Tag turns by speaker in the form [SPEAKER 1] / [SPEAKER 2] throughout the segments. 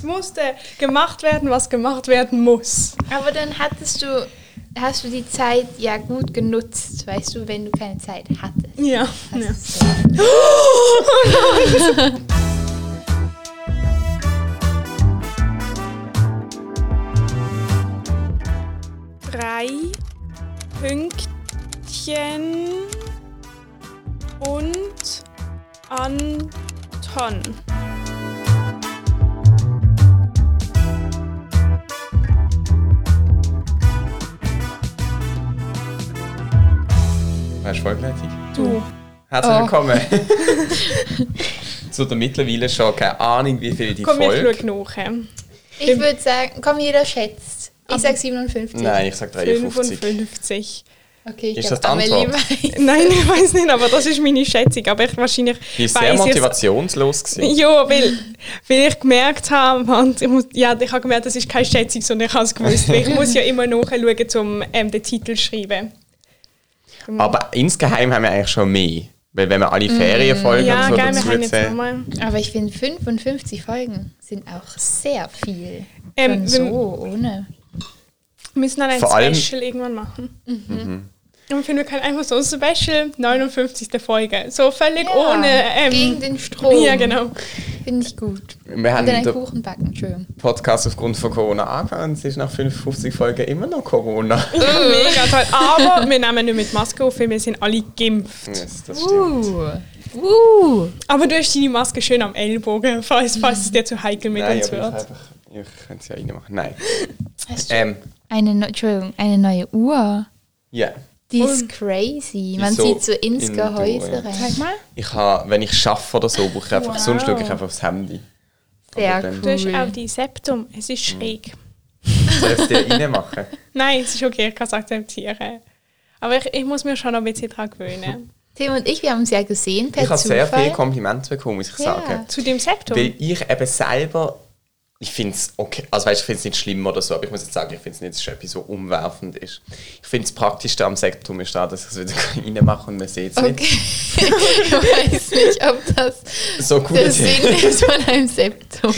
[SPEAKER 1] Es musste gemacht werden, was gemacht werden muss.
[SPEAKER 2] Aber dann hattest du, hast du die Zeit ja gut genutzt, weißt du, wenn du keine Zeit hattest.
[SPEAKER 1] Ja.
[SPEAKER 2] Das
[SPEAKER 1] ja.
[SPEAKER 2] ist so.
[SPEAKER 1] Drei Pünktchen und Anton.
[SPEAKER 3] Wärst du vollgeleitet?
[SPEAKER 1] Du.
[SPEAKER 3] Herzlich
[SPEAKER 2] Oh.
[SPEAKER 3] willkommen zu der mittlerweile schon keine Ahnung, wie viel die
[SPEAKER 1] Komm, wir
[SPEAKER 3] Folge.
[SPEAKER 1] schauen nach. hä?
[SPEAKER 2] Ich würde sagen, komm, jeder schätzt. Ich sag 57.
[SPEAKER 3] Nein, ich sag 53.
[SPEAKER 1] 55.
[SPEAKER 2] Okay, ich
[SPEAKER 3] Ist
[SPEAKER 2] glaube,
[SPEAKER 3] das die
[SPEAKER 2] Amelie
[SPEAKER 3] Antwort?
[SPEAKER 2] weiß.
[SPEAKER 1] Nein, ich weiß nicht, aber das ist meine Schätzung. Aber ich wahrscheinlich
[SPEAKER 3] Die ist sehr
[SPEAKER 1] weiss ich's-
[SPEAKER 3] motivationslos gewesen.
[SPEAKER 1] Ja, weil, weil ich gemerkt habe, Mann, ich, muss, ja, ich habe gemerkt, das ist keine Schätzung, sondern ich habe es gewusst. Weil ich muss ja immer nachschauen, um ähm, den Titel zu schreiben.
[SPEAKER 3] Aber insgeheim haben wir eigentlich schon mehr. Weil wenn wir alle Ferienfolgen
[SPEAKER 1] Mm, Ja,
[SPEAKER 3] und
[SPEAKER 1] geil,
[SPEAKER 3] so
[SPEAKER 1] wir haben
[SPEAKER 3] dazu
[SPEAKER 1] jetzt
[SPEAKER 3] zählen.
[SPEAKER 1] nochmal.
[SPEAKER 2] Aber ich finde, 55 Folgen sind auch sehr viel.
[SPEAKER 1] Ähm,
[SPEAKER 2] Ähm, so, ohne.
[SPEAKER 1] Wir müssen dann ein
[SPEAKER 3] Vor allem- Mhm.
[SPEAKER 1] Special irgendwann machen. Und ich finde, wir können einfach so ein Special, 59. Folge. So völlig
[SPEAKER 2] Ja,
[SPEAKER 1] ohne.
[SPEAKER 2] gegen
[SPEAKER 1] Ähm,
[SPEAKER 2] den Strom.
[SPEAKER 1] ja, genau.
[SPEAKER 2] Finde ich gut.
[SPEAKER 3] Wir haben
[SPEAKER 2] Und dann einen
[SPEAKER 3] den
[SPEAKER 2] Kuchen backen, schön.
[SPEAKER 3] Podcast aufgrund von Corona angefangen. Es ist nach 55 Folgen immer noch Corona.
[SPEAKER 1] Ja, mega toll. Aber wir nehmen nicht mit Maske auf, weil wir sind alle geimpft.
[SPEAKER 3] Yes, das stimmt.
[SPEAKER 2] Uh. Uh.
[SPEAKER 1] Aber du hast deine Maske schön am Ellbogen, falls, falls es dir zu heikel mit
[SPEAKER 3] Nein,
[SPEAKER 1] uns
[SPEAKER 3] aber ich,
[SPEAKER 1] wird.
[SPEAKER 3] einfach, ich könnte es ja reinmachen. Nein.
[SPEAKER 2] Hast du
[SPEAKER 3] Ähm,
[SPEAKER 2] eine, neu- Entschuldigung, eine neue Uhr?
[SPEAKER 3] ja.
[SPEAKER 2] Die ist crazy. Man
[SPEAKER 3] so
[SPEAKER 2] sieht so ins
[SPEAKER 3] in-
[SPEAKER 2] Gehäuse
[SPEAKER 3] ja.
[SPEAKER 2] rein.
[SPEAKER 1] mal.
[SPEAKER 3] Ich habe, wenn ich schaffe oder so, brauche ich einfach,
[SPEAKER 2] Wow.
[SPEAKER 3] sonst schaue ich einfach aufs Handy.
[SPEAKER 2] Sehr
[SPEAKER 3] Aber dann-
[SPEAKER 1] Du hast
[SPEAKER 2] Cool.
[SPEAKER 1] auch die Septum, es ist schräg.
[SPEAKER 3] Dürft ihr reinmachen?
[SPEAKER 1] Nein, es ist okay, ich kann es akzeptieren. Aber ich, ich muss mir schon noch ein bisschen daran gewöhnen.
[SPEAKER 2] Tim und ich, wir haben uns ja gesehen per
[SPEAKER 3] ich habe
[SPEAKER 2] Zufall.
[SPEAKER 3] sehr viele Komplimente bekommen, muss ich sagen.
[SPEAKER 1] Zu dem Septum?
[SPEAKER 3] Weil ich eben selber, ich finde es okay, also weißt, ich finde es nicht schlimm oder so, aber ich muss jetzt sagen, ich finde es nicht, dass es etwas so umwerfend ist. Ich finde es praktischste am Sektum ist da, dass ich es wieder reinmache und man sieht es
[SPEAKER 2] Okay. ich weiß nicht, ob das
[SPEAKER 3] nicht. So gut.
[SPEAKER 2] der Sinn ist von einem Septum.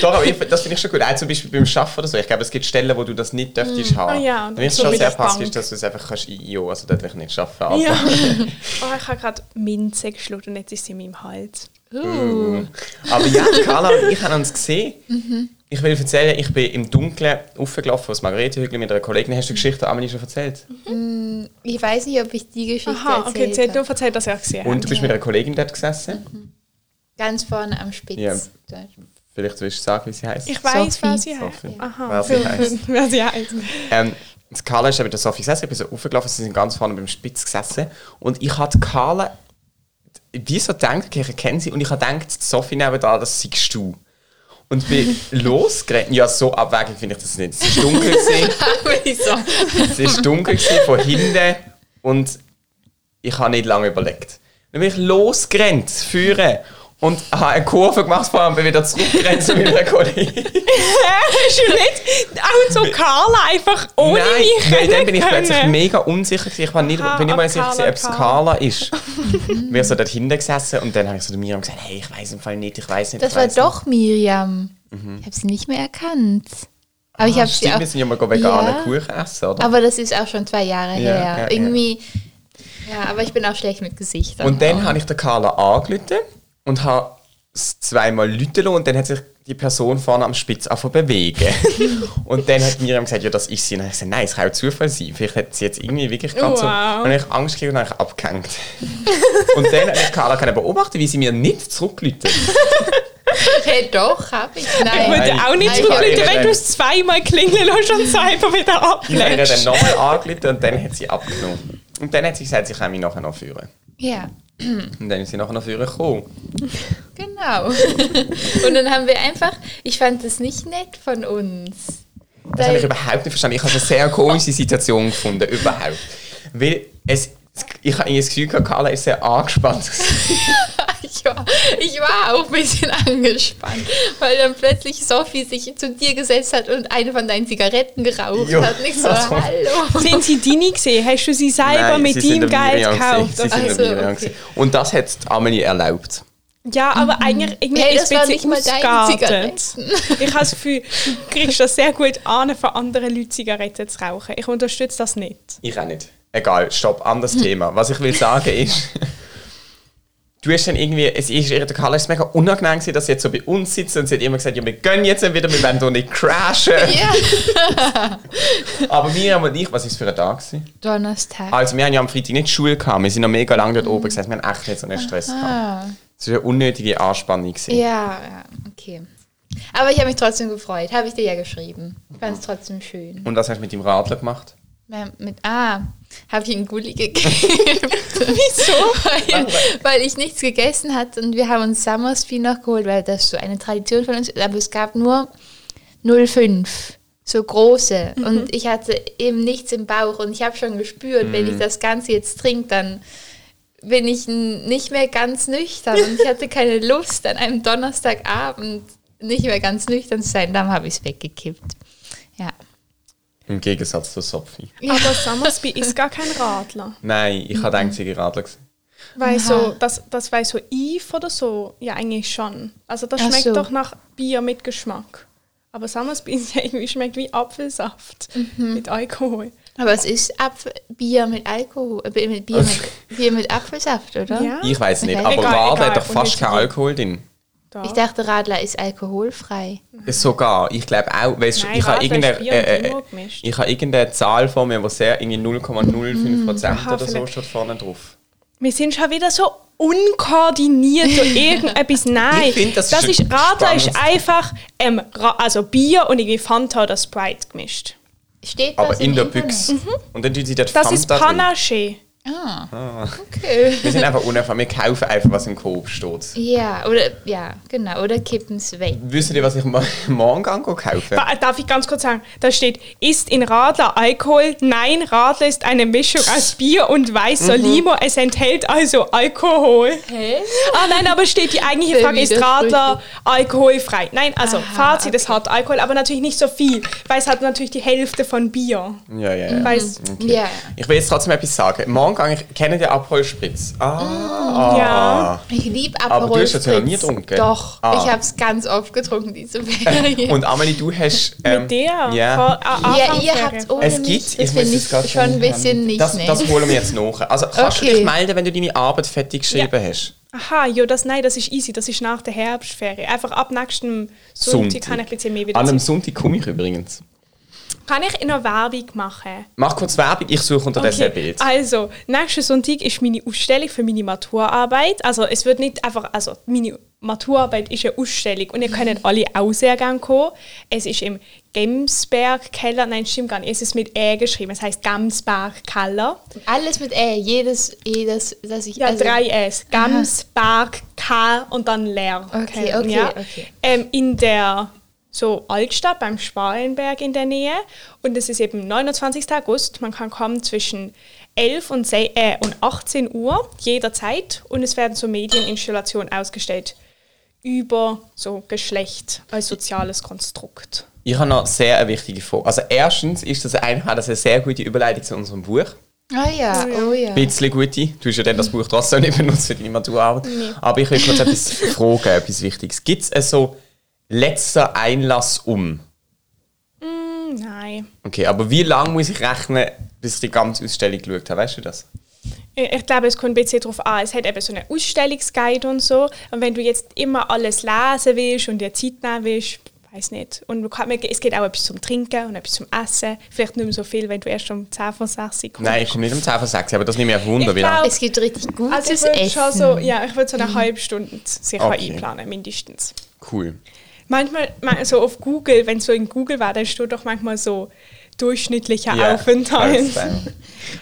[SPEAKER 3] Doch, aber ich, das finde ich schon gut. Auch zum Beispiel beim Schaffen oder so. Ich glaube, es gibt Stellen, wo du das nicht dürftest haben.
[SPEAKER 1] Ah ja,
[SPEAKER 3] Dann ist
[SPEAKER 1] so
[SPEAKER 3] es schon
[SPEAKER 1] mit
[SPEAKER 3] sehr
[SPEAKER 1] der Bank.
[SPEAKER 3] praktisch, dass du es einfach kannst einjagen. Also dort will ich nicht schaffen. Aber
[SPEAKER 1] ja. oh, ich habe gerade Minze geschluckt und jetzt ist sie in meinem Hals.
[SPEAKER 2] Uh.
[SPEAKER 3] Aber ja, Carla und ich haben uns gesehen. Ich will erzählen, ich bin im Dunkeln aufgelaufen aus Margarethehügel mit einer Kollegin. Hast du die Geschichte Amelie schon erzählt?
[SPEAKER 2] Ich weiß nicht, ob ich die Geschichte
[SPEAKER 1] Aha, okay,
[SPEAKER 2] erzählt
[SPEAKER 1] erzähl,
[SPEAKER 2] okay,
[SPEAKER 1] du
[SPEAKER 2] habe.
[SPEAKER 1] erzählt, dass ich auch gesehen
[SPEAKER 3] Und du
[SPEAKER 1] habe.
[SPEAKER 3] bist mit einer Kollegin dort gesessen.
[SPEAKER 2] Ganz vorne am Spitz.
[SPEAKER 3] Ja.
[SPEAKER 2] Dort.
[SPEAKER 3] Vielleicht willst du sagen, wie sie heißt.
[SPEAKER 1] Ich weiß,
[SPEAKER 2] Sophie.
[SPEAKER 1] wer sie heißt.
[SPEAKER 3] Sophie.
[SPEAKER 1] Aha.
[SPEAKER 3] Wer sie heisst.
[SPEAKER 1] Wer sie heisst.
[SPEAKER 3] Ähm, die Carla ist eben der Sophie gesessen, ich bin so aufgelaufen, sie sind ganz vorne beim Spitz gesessen. Und ich habe die Carla, wie so gedacht, ich erkenne sie, und ich habe gedacht, die Sophie nebenan, das siehst du. Und bin losgerannt. Ja, so abwägend finde ich das nicht. Es war dunkel. gewesen. es war dunkel gewesen von hinten und ich habe nicht lange überlegt. Dann bin ich losgerannt, führen und habe eine Kurve gemacht, vor allem bin wieder zurückgerannt zu meiner Kollegin.
[SPEAKER 1] Hast du nicht auch so Carla einfach ohne
[SPEAKER 3] Nein,
[SPEAKER 1] mich
[SPEAKER 3] weil dann
[SPEAKER 1] rennen
[SPEAKER 3] bin ich plötzlich
[SPEAKER 1] können?
[SPEAKER 3] mega unsicher gewesen. Ich war nicht,
[SPEAKER 1] Aha,
[SPEAKER 3] bin nicht
[SPEAKER 1] ah,
[SPEAKER 3] mal sicher,
[SPEAKER 1] Carla,
[SPEAKER 3] gewesen, ob es
[SPEAKER 1] Carla.
[SPEAKER 3] Carla ist. Wir sind dort hinten gesessen und dann habe ich so zu Miriam gesagt, hey, ich weiß im Fall nicht, ich weiß nicht.
[SPEAKER 2] Das
[SPEAKER 3] ich
[SPEAKER 2] war
[SPEAKER 3] weiss nicht. Mhm.
[SPEAKER 2] doch Miriam. Ich habe sie nicht mehr erkannt. Aber ich
[SPEAKER 3] Ah,
[SPEAKER 2] habe sie
[SPEAKER 3] Stimmt,
[SPEAKER 2] auch.
[SPEAKER 3] wir sind ja mal veganen
[SPEAKER 2] Ja.
[SPEAKER 3] Kuchen essen, oder?
[SPEAKER 2] Aber das ist auch schon zwei Jahre
[SPEAKER 3] Ja,
[SPEAKER 2] her.
[SPEAKER 3] ja, ja.
[SPEAKER 2] Irgendwie. Ja. aber ich bin auch schlecht mit Gesichtern.
[SPEAKER 3] Und dann habe ich der Carla angerufen und habe es zweimal lütelo und dann hat sich die Person vorne am Spitz angefangen zu bewegen. und dann hat Miriam gesagt, ja, das ist sie. Und dann habe ich gesagt, nein, es kann auch Zufall sein. Vielleicht hat sie jetzt irgendwie wirklich gerade so... Und
[SPEAKER 1] Wow.
[SPEAKER 3] dann habe ich Angst gekriegt und habe ich abgehängt. und dann hat mich Carla können beobachten, wie sie mir nicht zurücklütet.
[SPEAKER 2] Hey, doch, habe ich.
[SPEAKER 1] Ich
[SPEAKER 2] Nein.
[SPEAKER 3] Nein.
[SPEAKER 1] würde auch nicht
[SPEAKER 2] Nein,
[SPEAKER 1] zurücklegen,
[SPEAKER 3] nein,
[SPEAKER 1] wenn
[SPEAKER 3] nein.
[SPEAKER 1] du es zweimal klingeln lässt und es einfach wieder
[SPEAKER 3] Ich habe ihr dann
[SPEAKER 1] ablegst.
[SPEAKER 3] nochmal angerufen und dann hat sie abgenommen. Und dann hat sie gesagt, sie kann mich nachher noch führen.
[SPEAKER 2] Ja,
[SPEAKER 3] Und dann ist sie nachher noch führen gekommen.
[SPEAKER 2] genau. Und dann haben wir einfach. Ich fand das nicht nett von uns.
[SPEAKER 3] Das habe ich
[SPEAKER 2] Weil-
[SPEAKER 3] überhaupt nicht verstanden. Ich habe es eine sehr komische Situation gefunden, überhaupt. Weil es, ich habe irgendwie das Gefühl, gehabt, Carla ist sehr angespannt.
[SPEAKER 2] Ich war, ich war auch ein bisschen angespannt, weil dann plötzlich Sophie sich zu dir gesetzt hat und eine von deinen Zigaretten geraucht
[SPEAKER 3] Jo.
[SPEAKER 2] hat. Nicht so,
[SPEAKER 3] Also-
[SPEAKER 2] hallo.
[SPEAKER 1] Sind sie deine gesehen? Hast du sie selber
[SPEAKER 3] Nein,
[SPEAKER 1] mit
[SPEAKER 3] sie
[SPEAKER 1] deinem
[SPEAKER 3] sind der
[SPEAKER 1] Geld
[SPEAKER 3] Miriam gewesen.
[SPEAKER 1] gekauft?
[SPEAKER 3] Sie sind
[SPEAKER 2] Also,
[SPEAKER 3] der Miriam
[SPEAKER 2] okay.
[SPEAKER 3] gewesen. Und das hat die Amelie erlaubt.
[SPEAKER 1] Ja, aber eigentlich irgendwie
[SPEAKER 2] Hey,
[SPEAKER 1] ist
[SPEAKER 2] das war
[SPEAKER 1] es
[SPEAKER 2] nicht
[SPEAKER 1] bisschen
[SPEAKER 2] mal deine
[SPEAKER 1] ausgeartet. Ich habe das Gefühl, du kriegst das sehr gut an, von anderen Leuten Zigaretten zu rauchen. Ich unterstütze das nicht.
[SPEAKER 3] Ich auch nicht. Egal, stopp, anderes
[SPEAKER 1] Hm.
[SPEAKER 3] Thema. Was ich will sagen ist, du hast dann irgendwie, es ist ihr der Carla ist es mega unangenehm gewesen, dass sie jetzt so bei uns sitzt und sie hat immer gesagt, ja, wir gehen jetzt wieder, wir werden doch nicht crashen.
[SPEAKER 2] Ja.
[SPEAKER 3] Aber Miriam und ich, was ist es für ein Tag gewesen?
[SPEAKER 2] Donnerstag.
[SPEAKER 3] Also wir haben ja am Freitag nicht Schule gehabt, wir sind noch mega lange dort oben gesessen, wir haben echt nicht so einen Stress gehabt.
[SPEAKER 2] Ah.
[SPEAKER 3] Es war eine unnötige Anspannung. Gewesen.
[SPEAKER 2] Ja, ja, okay. Aber ich habe mich trotzdem gefreut. Habe ich dir ja geschrieben. Ich fand es trotzdem schön.
[SPEAKER 3] Und was hast du mit dem Radler gemacht?
[SPEAKER 2] Ja, Mit, ah, habe ich ihm Gulli gegeben. Wieso? weil, weil ich nichts gegessen hatte und wir haben uns Summersby noch geholt, weil das so eine Tradition von uns ist. Aber es gab nur 0,5. So große. Und ich hatte eben nichts im Bauch und ich habe schon gespürt, wenn ich das Ganze jetzt trinke, dann bin ich n- nicht mehr ganz nüchtern und ich hatte keine Lust, an einem Donnerstagabend nicht mehr ganz nüchtern zu sein. Dann habe ich es weggekippt. Ja.
[SPEAKER 3] Im Gegensatz zu Sophie.
[SPEAKER 1] Aber Summersby ist gar kein Radler.
[SPEAKER 3] Nein, ich habe gedacht, sie war Radler. gewesen.
[SPEAKER 1] Weil
[SPEAKER 2] Aha.
[SPEAKER 1] so, das, das war so Eve oder so, ja eigentlich schon. Also das
[SPEAKER 2] Ach
[SPEAKER 1] schmeckt
[SPEAKER 2] so.
[SPEAKER 1] doch nach Bier mit Geschmack. Aber Summersby ist ja irgendwie schmeckt wie Apfelsaft
[SPEAKER 2] Mhm.
[SPEAKER 1] mit Alkohol.
[SPEAKER 2] Aber es ist Apf Bier mit Alkohol, äh, mit Bier, mit, Bier mit Apfelsaft, oder?
[SPEAKER 1] Ja.
[SPEAKER 3] Ich weiß nicht,
[SPEAKER 2] Okay.
[SPEAKER 3] aber
[SPEAKER 1] Egal,
[SPEAKER 3] Radler hat
[SPEAKER 1] egal,
[SPEAKER 3] doch fast
[SPEAKER 1] unnötig.
[SPEAKER 3] keinen Alkohol drin.
[SPEAKER 1] Da.
[SPEAKER 2] Ich dachte, Radler ist alkoholfrei.
[SPEAKER 3] Sogar, ich glaube auch, weißt du,
[SPEAKER 1] Nein,
[SPEAKER 3] ich habe
[SPEAKER 1] Radler
[SPEAKER 3] irgendeine,
[SPEAKER 1] ist Bier und
[SPEAKER 3] äh, äh,
[SPEAKER 1] Humor gemischt.
[SPEAKER 3] ich habe irgendeine Zahl vor mir, wo sehr irgendwie 0,05%
[SPEAKER 1] Aha,
[SPEAKER 3] oder so
[SPEAKER 1] vielleicht.
[SPEAKER 3] steht vorne drauf.
[SPEAKER 1] Wir sind schon wieder so unkoordiniert und irgendetwas. Nein,
[SPEAKER 3] Ich find, das ist ein
[SPEAKER 1] ist Radler ist
[SPEAKER 3] spannendes-
[SPEAKER 1] einfach ähm, Ra also Bier und irgendwie Fanta oder Sprite gemischt.
[SPEAKER 2] Steht
[SPEAKER 3] Aber
[SPEAKER 2] das
[SPEAKER 3] in
[SPEAKER 2] im
[SPEAKER 3] der
[SPEAKER 2] Internet?
[SPEAKER 3] Büchse. Und dann tun sie dort
[SPEAKER 1] Mhm. Das
[SPEAKER 3] Fanta
[SPEAKER 1] ist
[SPEAKER 3] drin.
[SPEAKER 1] Panache.
[SPEAKER 2] Ah, okay.
[SPEAKER 3] Wir sind einfach unerfahren, wir kaufen einfach, was im Coop steht.
[SPEAKER 2] Ja, oder, ja, genau, oder kippen es weg.
[SPEAKER 3] Wisst ihr, was ich mo- morgen angehe kaufen?
[SPEAKER 1] Ba- Darf ich ganz kurz sagen? Da steht, ist in Radler Alkohol? Nein, Radler ist eine Mischung aus Bier und weißer
[SPEAKER 3] Mhm.
[SPEAKER 1] Limo. Es enthält also Alkohol.
[SPEAKER 2] Hä?
[SPEAKER 1] Ah nein, aber steht die eigentliche
[SPEAKER 2] Sehr
[SPEAKER 1] Frage, ist
[SPEAKER 2] widersprüchlich.
[SPEAKER 1] Radler alkoholfrei? Nein, also
[SPEAKER 2] Aha,
[SPEAKER 1] Fazit, es hat Alkohol, aber natürlich nicht so viel, weil es hat natürlich die Hälfte von Bier.
[SPEAKER 3] Ja, ja, ja.
[SPEAKER 1] Weil es
[SPEAKER 2] Ja.
[SPEAKER 3] Ich will jetzt trotzdem etwas sagen. Morgen gehe ich, kennt ihr Aperol Spritz? Ah,
[SPEAKER 1] Ja.
[SPEAKER 2] Ich liebe Aperol
[SPEAKER 3] Aber du hast das ja noch
[SPEAKER 2] Spritz.
[SPEAKER 3] nie getrunken.
[SPEAKER 2] Doch,
[SPEAKER 3] Ah.
[SPEAKER 2] ich habe es ganz oft getrunken diese Ferien.
[SPEAKER 3] Und Amelie, du hast... Ähm,
[SPEAKER 1] Mhm. Mit der?
[SPEAKER 3] Ja.
[SPEAKER 1] Vor- a-
[SPEAKER 2] ja,
[SPEAKER 1] Anfangsferien.
[SPEAKER 2] ihr habt ohne
[SPEAKER 3] Es
[SPEAKER 2] mich,
[SPEAKER 3] gibt,
[SPEAKER 2] das
[SPEAKER 3] muss
[SPEAKER 2] finde
[SPEAKER 3] es grad
[SPEAKER 2] ich schon ein bisschen nicht
[SPEAKER 3] das,
[SPEAKER 2] nett.
[SPEAKER 3] das holen wir jetzt nach. Also kannst du
[SPEAKER 2] Okay.
[SPEAKER 3] dich melden, wenn du deine Arbeit fertig geschrieben hast?
[SPEAKER 1] Aha, jo, das, nein, das ist easy, das ist nach der Herbstferie. Einfach ab nächstem Sonntag,
[SPEAKER 3] Sonntag.
[SPEAKER 1] kann ich ein bisschen mehr wieder
[SPEAKER 3] An einem
[SPEAKER 1] ziehen.
[SPEAKER 3] Sonntag komme ich übrigens.
[SPEAKER 1] Kann ich in einer Werbung machen?
[SPEAKER 3] Mach kurz Werbung, ich suche unterdessen
[SPEAKER 1] Okay,
[SPEAKER 3] ein Bild.
[SPEAKER 1] Also, nächsten Sonntag ist meine Ausstellung für meine Maturarbeit. Also, es wird nicht einfach, also, meine Maturarbeit ist eine Ausstellung und ihr könnt alle auch sehr gerne kommen. Es ist im Gemsberg Keller, nein, stimmt gar nicht, es ist mit Ä geschrieben, es heißt Gemsberg Keller.
[SPEAKER 2] Alles mit Ä, jedes, jedes, dass ich...
[SPEAKER 1] Ja,
[SPEAKER 2] also-
[SPEAKER 1] drei S. Gamsberg, K und dann leer.
[SPEAKER 2] Okay,
[SPEAKER 1] Keller,
[SPEAKER 2] okay,
[SPEAKER 1] ja.
[SPEAKER 2] okay.
[SPEAKER 1] Ähm, in der so Altstadt beim Schwalenberg in der Nähe. Und es ist eben 29. August. Man kann kommen zwischen 11 und, se- äh, und 18 Uhr jederzeit. Und es werden so Medieninstallationen ausgestellt über so Geschlecht als soziales Konstrukt.
[SPEAKER 3] Ich habe noch sehr eine wichtige Frage. Also erstens ist das einfach das ist eine sehr gute Überleitung zu unserem Buch.
[SPEAKER 2] Ah ja, oh ja.
[SPEAKER 3] Ein bisschen gute. Du hast ja dann das Buch trotzdem nicht benutzt für deine Maturarbeit. Aber ich will kurz etwas fragen, etwas Wichtiges. Gibt es also letzter Einlass um?
[SPEAKER 1] Hm, Nein.
[SPEAKER 3] Okay, aber wie lange muss ich rechnen, bis ich die ganze Ausstellung geschaut habe? Weißt du das?
[SPEAKER 1] Ich ich glaube, es kommt ein bisschen darauf an. Es hat eben so einen Ausstellungsguide und so. Und wenn du jetzt immer alles lesen willst und dir Zeit nehmen willst, weiß nicht. Und du kann, es geht auch etwas zum Trinken und etwas zum Essen. Vielleicht nicht mehr so viel, wenn du erst um 10 vor 6 Uhr kommst.
[SPEAKER 3] Nein, ich komme nicht um 10 von 6, aber das nehme ich auf Wunder.
[SPEAKER 1] Ich
[SPEAKER 3] wie lange-
[SPEAKER 1] glaub-
[SPEAKER 2] Es gibt richtig gutes
[SPEAKER 1] also ich würde
[SPEAKER 2] Essen. Mhm.
[SPEAKER 1] schon so, ja, ich würde so eine halbe Stunde sicher
[SPEAKER 3] Okay.
[SPEAKER 1] einplanen, mindestens.
[SPEAKER 3] Cool.
[SPEAKER 1] Manchmal, man- so auf Google, wenn es so in Google war, dann steht doch manchmal so durchschnittlicher
[SPEAKER 3] Ja,
[SPEAKER 1] Aufenthalt.
[SPEAKER 3] alles klar.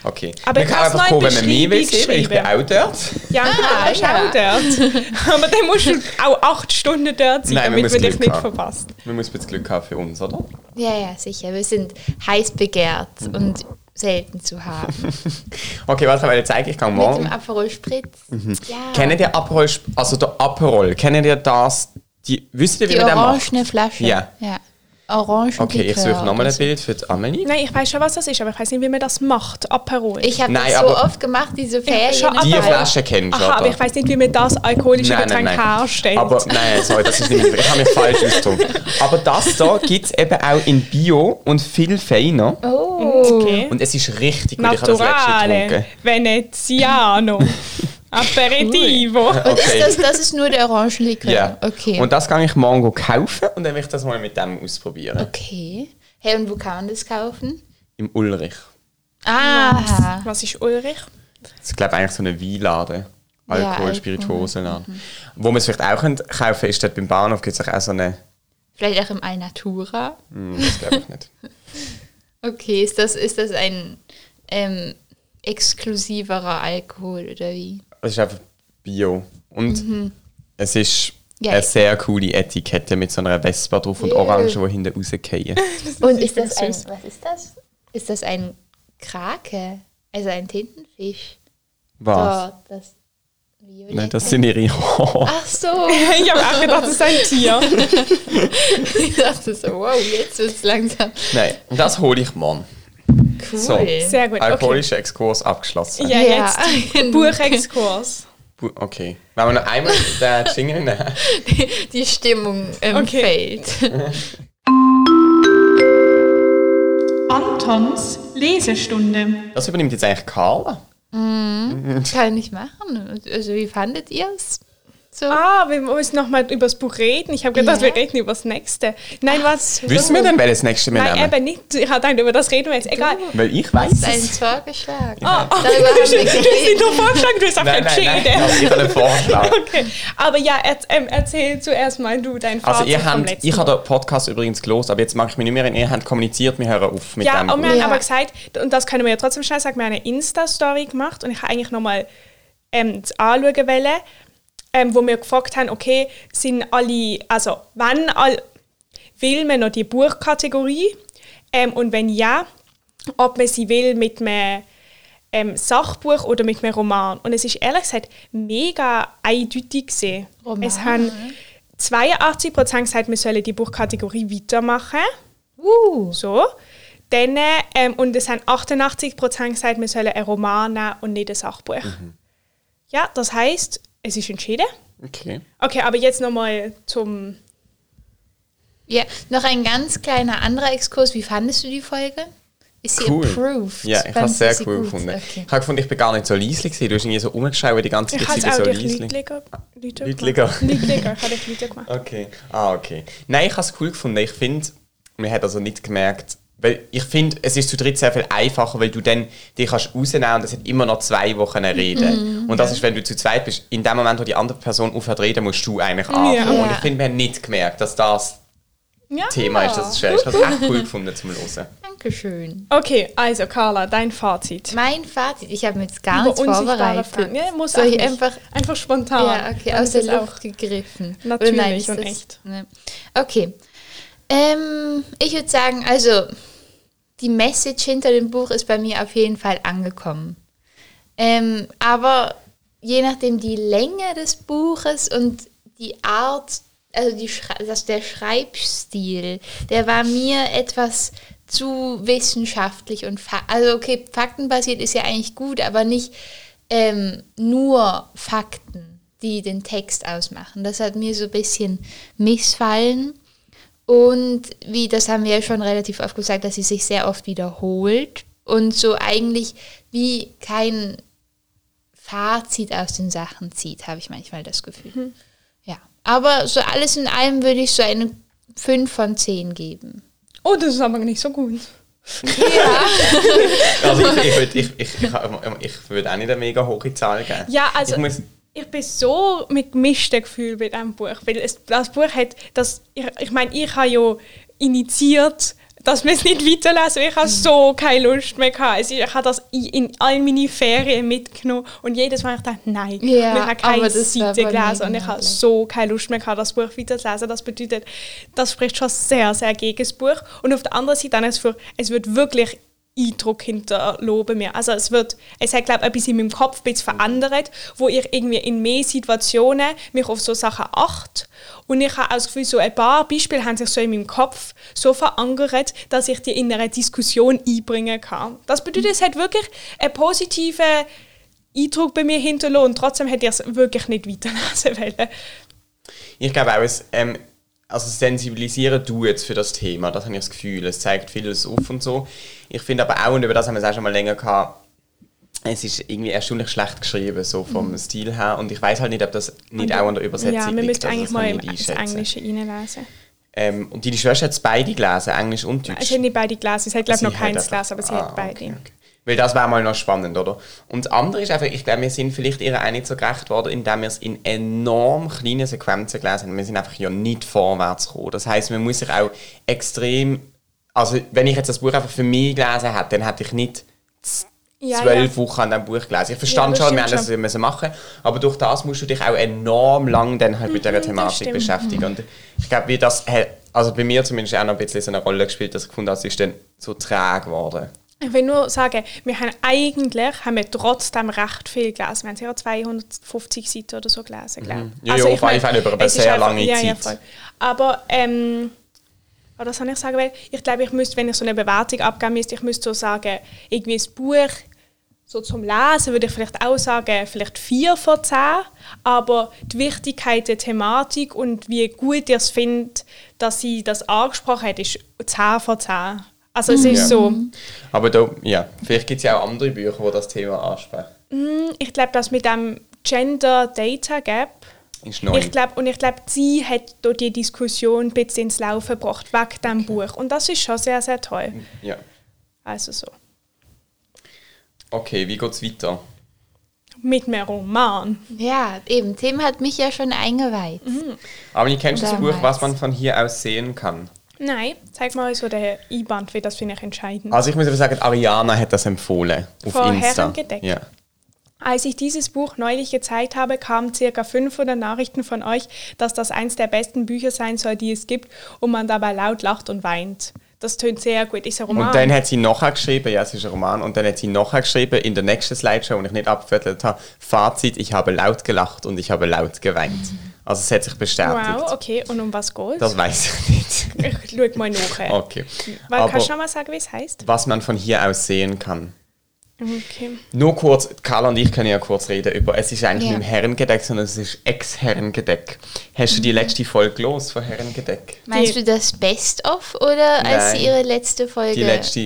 [SPEAKER 3] Okay.
[SPEAKER 1] Aber
[SPEAKER 3] man
[SPEAKER 1] ich
[SPEAKER 3] kann
[SPEAKER 1] hab's
[SPEAKER 3] einfach
[SPEAKER 1] noch in
[SPEAKER 3] kommen, wenn man
[SPEAKER 1] Beschreibung
[SPEAKER 3] mich will sehen, weil ich bin auch dort.
[SPEAKER 1] Ja,
[SPEAKER 2] Ah,
[SPEAKER 1] ah,
[SPEAKER 2] ja.
[SPEAKER 1] ja. dort. Aber dann musst du auch acht Stunden dort sein,
[SPEAKER 3] Nein, wir
[SPEAKER 1] damit
[SPEAKER 3] müssen
[SPEAKER 1] man dich
[SPEAKER 3] Glück
[SPEAKER 1] nicht
[SPEAKER 3] haben.
[SPEAKER 1] verpasst.
[SPEAKER 3] Man muss ein bisschen Glück haben für uns, oder?
[SPEAKER 2] Ja, ja, sicher. Wir sind heiß begehrt und selten zu haben.
[SPEAKER 3] Okay, was haben wir jetzt eigentlich? Ich kann
[SPEAKER 2] Mit dem
[SPEAKER 3] morgen. Mhm.
[SPEAKER 2] Aperol Spritz. Ja.
[SPEAKER 3] Kennt ihr Aperol, also der Aperol, kennt ihr das? Die, wisst ihr, wie
[SPEAKER 2] die
[SPEAKER 3] man den macht?
[SPEAKER 2] orangene Flasche.
[SPEAKER 3] Ja.
[SPEAKER 2] ja. Orangen.
[SPEAKER 3] Okay, ich suche nochmal ein Bild für die Amelie.
[SPEAKER 1] Nein, ich weiß schon, was das ist, aber ich weiß nicht, wie man das macht. Aperol.
[SPEAKER 2] Ich habe
[SPEAKER 3] Nein,
[SPEAKER 2] das so
[SPEAKER 3] aber-
[SPEAKER 2] oft gemacht, diese Ferien.
[SPEAKER 1] schon
[SPEAKER 3] Die
[SPEAKER 1] Aperol.
[SPEAKER 3] Flasche kennst du,
[SPEAKER 1] Aha, aber
[SPEAKER 3] oder?
[SPEAKER 1] ich weiß nicht, wie man das alkoholische Getränk herstellt.
[SPEAKER 3] Aber nein, sorry, das ist nicht mehr. Ich habe mich falsch ausgedrückt. Aber das da gibt es eben auch in Bio und viel feiner.
[SPEAKER 2] oh.
[SPEAKER 1] okay.
[SPEAKER 3] Und es ist richtig gut. Ich habe das letzte
[SPEAKER 1] Naturale,
[SPEAKER 3] getrunken.
[SPEAKER 1] Veneziano, Aperitivo.
[SPEAKER 2] Und
[SPEAKER 3] Okay.
[SPEAKER 2] ist das, das ist nur der Orangenlikör?
[SPEAKER 3] Ja.
[SPEAKER 2] Okay.
[SPEAKER 3] Und das kann ich morgen kaufen und dann will ich das mal mit dem ausprobieren.
[SPEAKER 2] okay. Hey, und wo kann man das kaufen?
[SPEAKER 3] Im Ulrich.
[SPEAKER 2] Ah.
[SPEAKER 1] Was ist Ulrich?
[SPEAKER 3] Ich glaube eigentlich so eine Weinladen.
[SPEAKER 2] Ja,
[SPEAKER 3] Alkohol,
[SPEAKER 2] Alkohol.
[SPEAKER 3] Spirituosenladen. Wo man es vielleicht auch könnt kaufen ist dort beim Bahnhof gibt es auch so eine...
[SPEAKER 2] Vielleicht auch im Alnatura.
[SPEAKER 1] Mhm.
[SPEAKER 3] Hm, das glaube ich nicht.
[SPEAKER 2] Okay, ist das, ist das ein ähm, exklusiverer Alkohol oder wie?
[SPEAKER 3] Also Es ist einfach Bio. Und
[SPEAKER 1] Mhm.
[SPEAKER 3] es ist
[SPEAKER 2] Ja.
[SPEAKER 3] eine sehr coole Etikette mit so einer Vespa drauf und
[SPEAKER 2] Yeah.
[SPEAKER 3] Orangen, die hinten rausfallen.
[SPEAKER 2] Und ist das ein,
[SPEAKER 1] süß.
[SPEAKER 2] was ist das? Ist das ein Krake? Also ein Tintenfisch?
[SPEAKER 3] Was?
[SPEAKER 2] Dort, das Violett.
[SPEAKER 3] Nein, das sind ihre
[SPEAKER 1] Ah.
[SPEAKER 3] Haare.
[SPEAKER 2] Ach so,
[SPEAKER 1] Ich habe auch gedacht, das ist ein Tier.
[SPEAKER 2] ich dachte so, wow, jetzt wird es langsam
[SPEAKER 3] Nein, das hole ich morgen.
[SPEAKER 2] cool.
[SPEAKER 3] So.
[SPEAKER 1] Sehr gut. Okay.
[SPEAKER 3] Alkoholischer Exkurs abgeschlossen.
[SPEAKER 1] Ja,
[SPEAKER 2] Ja.
[SPEAKER 1] jetzt Buchexkurs.
[SPEAKER 3] Bu- Okay. Wenn wir noch einmal den Jingle nehmen.
[SPEAKER 2] Die Stimmung ähm,
[SPEAKER 1] Okay.
[SPEAKER 2] fällt.
[SPEAKER 1] Antons Lesestunde.
[SPEAKER 3] Das übernimmt jetzt eigentlich Carla.
[SPEAKER 2] Kann ich machen. Also wie fandet ihr es? So.
[SPEAKER 1] Ah, wir müssen nochmal über das Buch reden. Ich habe gedacht,
[SPEAKER 2] Ja.
[SPEAKER 1] wir reden über das nächste. Nein, was?
[SPEAKER 3] Wissen wir denn, welches nächste wir
[SPEAKER 1] Nein,
[SPEAKER 3] nehmen?
[SPEAKER 1] eben nicht. Ich habe gedacht, über das reden wir jetzt. Egal.
[SPEAKER 3] Weil ich
[SPEAKER 2] Das
[SPEAKER 3] weiß
[SPEAKER 2] ist
[SPEAKER 3] es.
[SPEAKER 2] ein Vorgeschlag.
[SPEAKER 1] Ah, ah,
[SPEAKER 2] Darüber haben
[SPEAKER 1] du hast
[SPEAKER 2] wir
[SPEAKER 1] nicht nur vorgeschlagen, du hast einfach
[SPEAKER 3] Nein, nein, Also
[SPEAKER 1] entschieden.
[SPEAKER 3] nein. Das ist ein Vorschlag.
[SPEAKER 1] Okay, aber ja, erz- ähm, erzähl zuerst mal du dein
[SPEAKER 3] Also
[SPEAKER 1] Fazit
[SPEAKER 3] ihr
[SPEAKER 1] vom
[SPEAKER 3] habt,
[SPEAKER 1] letzten
[SPEAKER 3] ich habe den Podcast übrigens gelost, aber jetzt mag ich mich nicht mehr erinnern. Ihr habt kommuniziert, wir hören auf mit
[SPEAKER 1] Ja,
[SPEAKER 3] dem.
[SPEAKER 1] und wir
[SPEAKER 3] Buch.
[SPEAKER 1] haben
[SPEAKER 2] Ja.
[SPEAKER 1] aber gesagt, und das können wir ja trotzdem schnell sagen, wir haben eine Insta-Story gemacht und ich habe eigentlich nochmal ähm, das anschauen wollen, ähm, wo wir gefragt haben, okay, sind alle, also wann all, will man noch die Buchkategorie ähm, und wenn ja, ob man sie will mit einem ähm, Sachbuch oder mit einem Roman. Und es ist ehrlich gesagt mega eindeutig gesehen.
[SPEAKER 2] Roman.
[SPEAKER 1] Es haben 82 Prozent gesagt, wir sollen die Buchkategorie weitermachen. Oh,
[SPEAKER 2] Uh,
[SPEAKER 1] So. Dann, ähm, und es haben 88 Prozent gesagt, wir sollen einen Roman nehmen und nicht ein Sachbuch.
[SPEAKER 3] Mhm.
[SPEAKER 1] Ja, das heißt, es ist entschieden.
[SPEAKER 3] Okay.
[SPEAKER 1] Okay, aber jetzt nochmal zum.
[SPEAKER 2] ja, noch ein ganz kleiner anderer Exkurs. Wie fandest du die Folge? Ist sie
[SPEAKER 3] Cool.
[SPEAKER 2] approved?
[SPEAKER 3] Ja, ich habe es
[SPEAKER 2] Fandest
[SPEAKER 3] sehr
[SPEAKER 2] du sie
[SPEAKER 3] cool
[SPEAKER 2] gut?
[SPEAKER 3] gefunden.
[SPEAKER 2] Okay.
[SPEAKER 3] Ich habe gefunden, ich bin gar nicht so leislich gewesen. Du hast irgendwie so umgeschrieben, die ganze
[SPEAKER 1] Ich
[SPEAKER 3] Zeit
[SPEAKER 1] habe es
[SPEAKER 3] sei
[SPEAKER 1] auch
[SPEAKER 3] so
[SPEAKER 1] durch
[SPEAKER 3] leislich.
[SPEAKER 1] Leutliger. Leutliger.
[SPEAKER 3] Leutliger.
[SPEAKER 1] gemacht. Leutliger. Ich habe dich Leutliger gemacht.
[SPEAKER 3] Okay. Ah, okay. Nein, ich habe es cool gefunden. Ich finde, man hat also nicht gemerkt, weil ich finde, es ist zu dritt sehr viel einfacher, weil du dann dich kannst rausnehmen und es hat immer noch zwei Wochen
[SPEAKER 2] Mhm.
[SPEAKER 3] reden. Und das ist, wenn du zu zweit bist, in dem Moment, wo die andere Person aufhört zu reden, musst du eigentlich anfangen. Und
[SPEAKER 2] Ja.
[SPEAKER 3] ich finde, wir haben nicht gemerkt, dass das
[SPEAKER 1] Ja.
[SPEAKER 3] Thema ist, dass es schwer ist. Ich habe es echt cool gefunden zum Hören.
[SPEAKER 2] Dankeschön.
[SPEAKER 1] Okay, also Carla, dein Fazit.
[SPEAKER 2] Mein Fazit, ich habe mir jetzt gar
[SPEAKER 1] Über
[SPEAKER 2] nichts
[SPEAKER 1] unsichtbare
[SPEAKER 2] vorbereitet.
[SPEAKER 1] Fragen. Ja, muss
[SPEAKER 2] Soll
[SPEAKER 1] auch
[SPEAKER 2] ich
[SPEAKER 1] nicht.
[SPEAKER 2] einfach
[SPEAKER 1] Einfach spontan.
[SPEAKER 2] Ja, okay,
[SPEAKER 1] Dann
[SPEAKER 2] aus
[SPEAKER 1] ist
[SPEAKER 2] der
[SPEAKER 1] es auch-
[SPEAKER 2] Luft gegriffen.
[SPEAKER 1] Natürlich
[SPEAKER 2] ist
[SPEAKER 1] und
[SPEAKER 2] das-
[SPEAKER 1] echt.
[SPEAKER 2] ne. Okay. Ähm, ich würde sagen, also die Message hinter dem Buch ist bei mir auf jeden Fall angekommen. Ähm, aber je nachdem die Länge des Buches und die Art, also die Schrei- das, der Schreibstil, der war mir etwas zu wissenschaftlich und fa also okay, faktenbasiert ist ja eigentlich gut, aber nicht ähm, nur Fakten, die den Text ausmachen. Das hat mir so ein bisschen missfallen. Und wie, das haben wir ja schon relativ oft gesagt, dass sie sich sehr oft wiederholt und so eigentlich wie kein Fazit aus den Sachen zieht, habe ich manchmal das Gefühl.
[SPEAKER 1] Mhm.
[SPEAKER 2] Ja, aber so alles in allem würde ich so eine 5 von 10 geben.
[SPEAKER 1] Oh, das ist aber nicht so gut.
[SPEAKER 3] Also ich, ich würde ich, ich, ich, ich würd auch nicht eine mega hohe Zahl geben.
[SPEAKER 1] Ja, also
[SPEAKER 3] Ich muss-
[SPEAKER 1] ich, bin so mit gemischten Gefühlen bei diesem Buch, weil es, das Buch hat, das, ich, ich meine, ich habe ja initiiert, dass wir es nicht weiterlesen, weil ich habe so keine Lust mehr gehabt. Also ich habe das in, in all meine Ferien mitgenommen und jedes Mal habe ich gedacht, nein,
[SPEAKER 2] Ja,
[SPEAKER 1] wir haben
[SPEAKER 2] aber
[SPEAKER 1] keine
[SPEAKER 2] das war
[SPEAKER 1] Seite
[SPEAKER 2] bei mir
[SPEAKER 1] gelesen und ich habe
[SPEAKER 2] ähnlich.
[SPEAKER 1] so keine Lust mehr gehabt, das Buch weiterzulesen. Das bedeutet, das spricht schon sehr, sehr gegen das Buch und auf der anderen Seite dann es für, es wird wirklich Eindruck hinterloben mir. Also es wird, es hat glaube ich etwas in meinem Kopf ein bisschen verändert, wo ich irgendwie in mehr Situationen mich auf so Sachen acht und ich habe auch das Gefühl, so ein paar Beispiele haben sich so in meinem Kopf so verankert, dass ich die in einer Diskussion einbringen kann. Das bedeutet, es hat wirklich einen positiven Eindruck bei mir hinterlassen und trotzdem hätte ich es wirklich nicht weiterlesen wollen.
[SPEAKER 3] Ich glaube auch, es, ähm, also sensibilisieren du jetzt für das Thema, das habe ich das Gefühl. Es zeigt vieles auf und so. Ich finde aber auch, und über das haben wir es auch schon mal länger gehabt, es ist irgendwie erstaunlich schlecht geschrieben, so vom Stil her. Und ich weiß halt nicht, ob das nicht auch an der Übersetzung
[SPEAKER 1] Mhm. ja, wir
[SPEAKER 3] liegt.
[SPEAKER 1] müssten
[SPEAKER 3] Also,
[SPEAKER 1] eigentlich
[SPEAKER 3] das kann
[SPEAKER 1] mal
[SPEAKER 3] ich
[SPEAKER 1] im
[SPEAKER 3] nicht
[SPEAKER 1] ins
[SPEAKER 3] einschätzen.
[SPEAKER 1] Englische reinlesen.
[SPEAKER 3] Ähm, und deine Schwester hat es beide gelesen, Englisch und
[SPEAKER 1] Es
[SPEAKER 3] Deutsch.
[SPEAKER 1] hat nicht beide gelesen, es hat glaube ich
[SPEAKER 3] Sie
[SPEAKER 1] noch
[SPEAKER 3] hat
[SPEAKER 1] keins
[SPEAKER 3] einfach-
[SPEAKER 1] gelesen, aber sie
[SPEAKER 3] Ah,
[SPEAKER 1] hat beide.
[SPEAKER 3] okay, okay. Weil das wäre mal noch spannend, oder? Und das andere ist einfach, ich glaube, wir sind vielleicht ihrer auch nicht so gerecht worden, indem wir es in enorm kleinen Sequenzen gelesen haben. Wir sind einfach ja nicht vorwärts gekommen. Das heisst, man muss sich auch extrem... Also, wenn ich jetzt das Buch einfach für mich gelesen hätte, dann hätte ich nicht
[SPEAKER 1] Ja,
[SPEAKER 3] zwölf
[SPEAKER 1] ja.
[SPEAKER 3] Wochen an diesem Buch gelesen. Ich verstand
[SPEAKER 1] das
[SPEAKER 3] schon, wir
[SPEAKER 1] stimmt
[SPEAKER 3] haben das müssen machen aber durch das musst du dich auch enorm lang dann halt mit dieser
[SPEAKER 1] Mhm,
[SPEAKER 3] Thematik
[SPEAKER 1] stimmt. Mhm.
[SPEAKER 3] beschäftigen. Und ich glaube, wie das, hat- also bei mir zumindest auch noch ein bisschen so eine Rolle gespielt, dass ich fand, das ist dann so träge geworden.
[SPEAKER 1] Ich will nur sagen, wir haben eigentlich haben wir trotzdem recht viel gelesen. Wir haben sicher 250 Seiten oder so gelesen. glaube ich.
[SPEAKER 3] Mhm. Ja, ja, auf
[SPEAKER 1] meine,
[SPEAKER 3] alle Fälle über eine
[SPEAKER 1] es ist
[SPEAKER 3] sehr
[SPEAKER 1] einfach-
[SPEAKER 3] lange
[SPEAKER 1] ja, Ja, voll.
[SPEAKER 3] Zeit.
[SPEAKER 1] Aber, ähm, aber das soll ich sagen, weil ich glaube, ich müsste, wenn ich so eine Bewertung abgeben müsste, ich müsste so sagen, irgendwie das Buch so zum Lesen würde ich vielleicht auch sagen, vielleicht 4 von 10, aber die Wichtigkeit der Thematik und wie gut ihr es findet, dass sie das angesprochen hat, ist 10 von 10. Also es ist
[SPEAKER 3] Ja.
[SPEAKER 1] so...
[SPEAKER 3] Aber da, ja, vielleicht gibt es ja auch andere Bücher, die das Thema ansprechen.
[SPEAKER 1] ich glaube, das mit dem Gender Data Gap.
[SPEAKER 3] Ist neu.
[SPEAKER 1] Ich glaube, und ich glaube, sie hat da die Diskussion ein bisschen ins Laufen gebracht, wegen diesem Buch. Und das ist schon sehr, sehr toll.
[SPEAKER 3] ja.
[SPEAKER 1] Also so.
[SPEAKER 3] Okay, wie geht es weiter?
[SPEAKER 1] Mit einem Roman.
[SPEAKER 2] Ja, eben. Tim hat mich ja schon eingeweiht.
[SPEAKER 1] Mhm.
[SPEAKER 3] Aber ich kennst du das
[SPEAKER 2] Damals.
[SPEAKER 3] Buch, was man von hier aus sehen kann?
[SPEAKER 1] Nein, zeig mal so den Einband, wie das finde ich entscheidend.
[SPEAKER 3] Also ich muss aber sagen, Ariana hat das empfohlen. Auf
[SPEAKER 1] Von
[SPEAKER 3] Insta.
[SPEAKER 1] Herrengedeckt.
[SPEAKER 3] Ja.
[SPEAKER 1] Als ich dieses Buch neulich gezeigt habe, kamen circa 500 Nachrichten von euch, dass das eins der besten Bücher sein soll, die es gibt, und man dabei laut lacht und weint. Das tönt sehr gut. Ist ein Roman.
[SPEAKER 3] Und dann hat sie nachher geschrieben, ja, es ist ein Roman, und dann hat sie nachher geschrieben, in der nächsten Slideshow, und ich nicht abgeviertelt habe, Fazit, ich habe laut gelacht und ich habe laut geweint. Also es hat sich bestätigt.
[SPEAKER 1] wow, okay. Und um was geht's?
[SPEAKER 3] Das Oh, weiß ich nicht.
[SPEAKER 1] Ich schau mal nach.
[SPEAKER 3] Okay.
[SPEAKER 1] Weil, kannst du
[SPEAKER 3] Aber
[SPEAKER 1] noch mal sagen, wie es heißt?
[SPEAKER 3] was man von hier aus sehen kann.
[SPEAKER 1] Okay.
[SPEAKER 3] Nur kurz, Carla und ich können ja kurz reden über, es ist eigentlich
[SPEAKER 2] Ja.
[SPEAKER 3] nicht im Herrengedeck, sondern es ist Ex-Herrengedeck. Hast du
[SPEAKER 1] Mhm.
[SPEAKER 3] die letzte Folge los von Herrengedeck?
[SPEAKER 2] Meinst du das Best-of oder als
[SPEAKER 3] Nein.
[SPEAKER 2] sie ihre letzte Folge?
[SPEAKER 3] Die letzte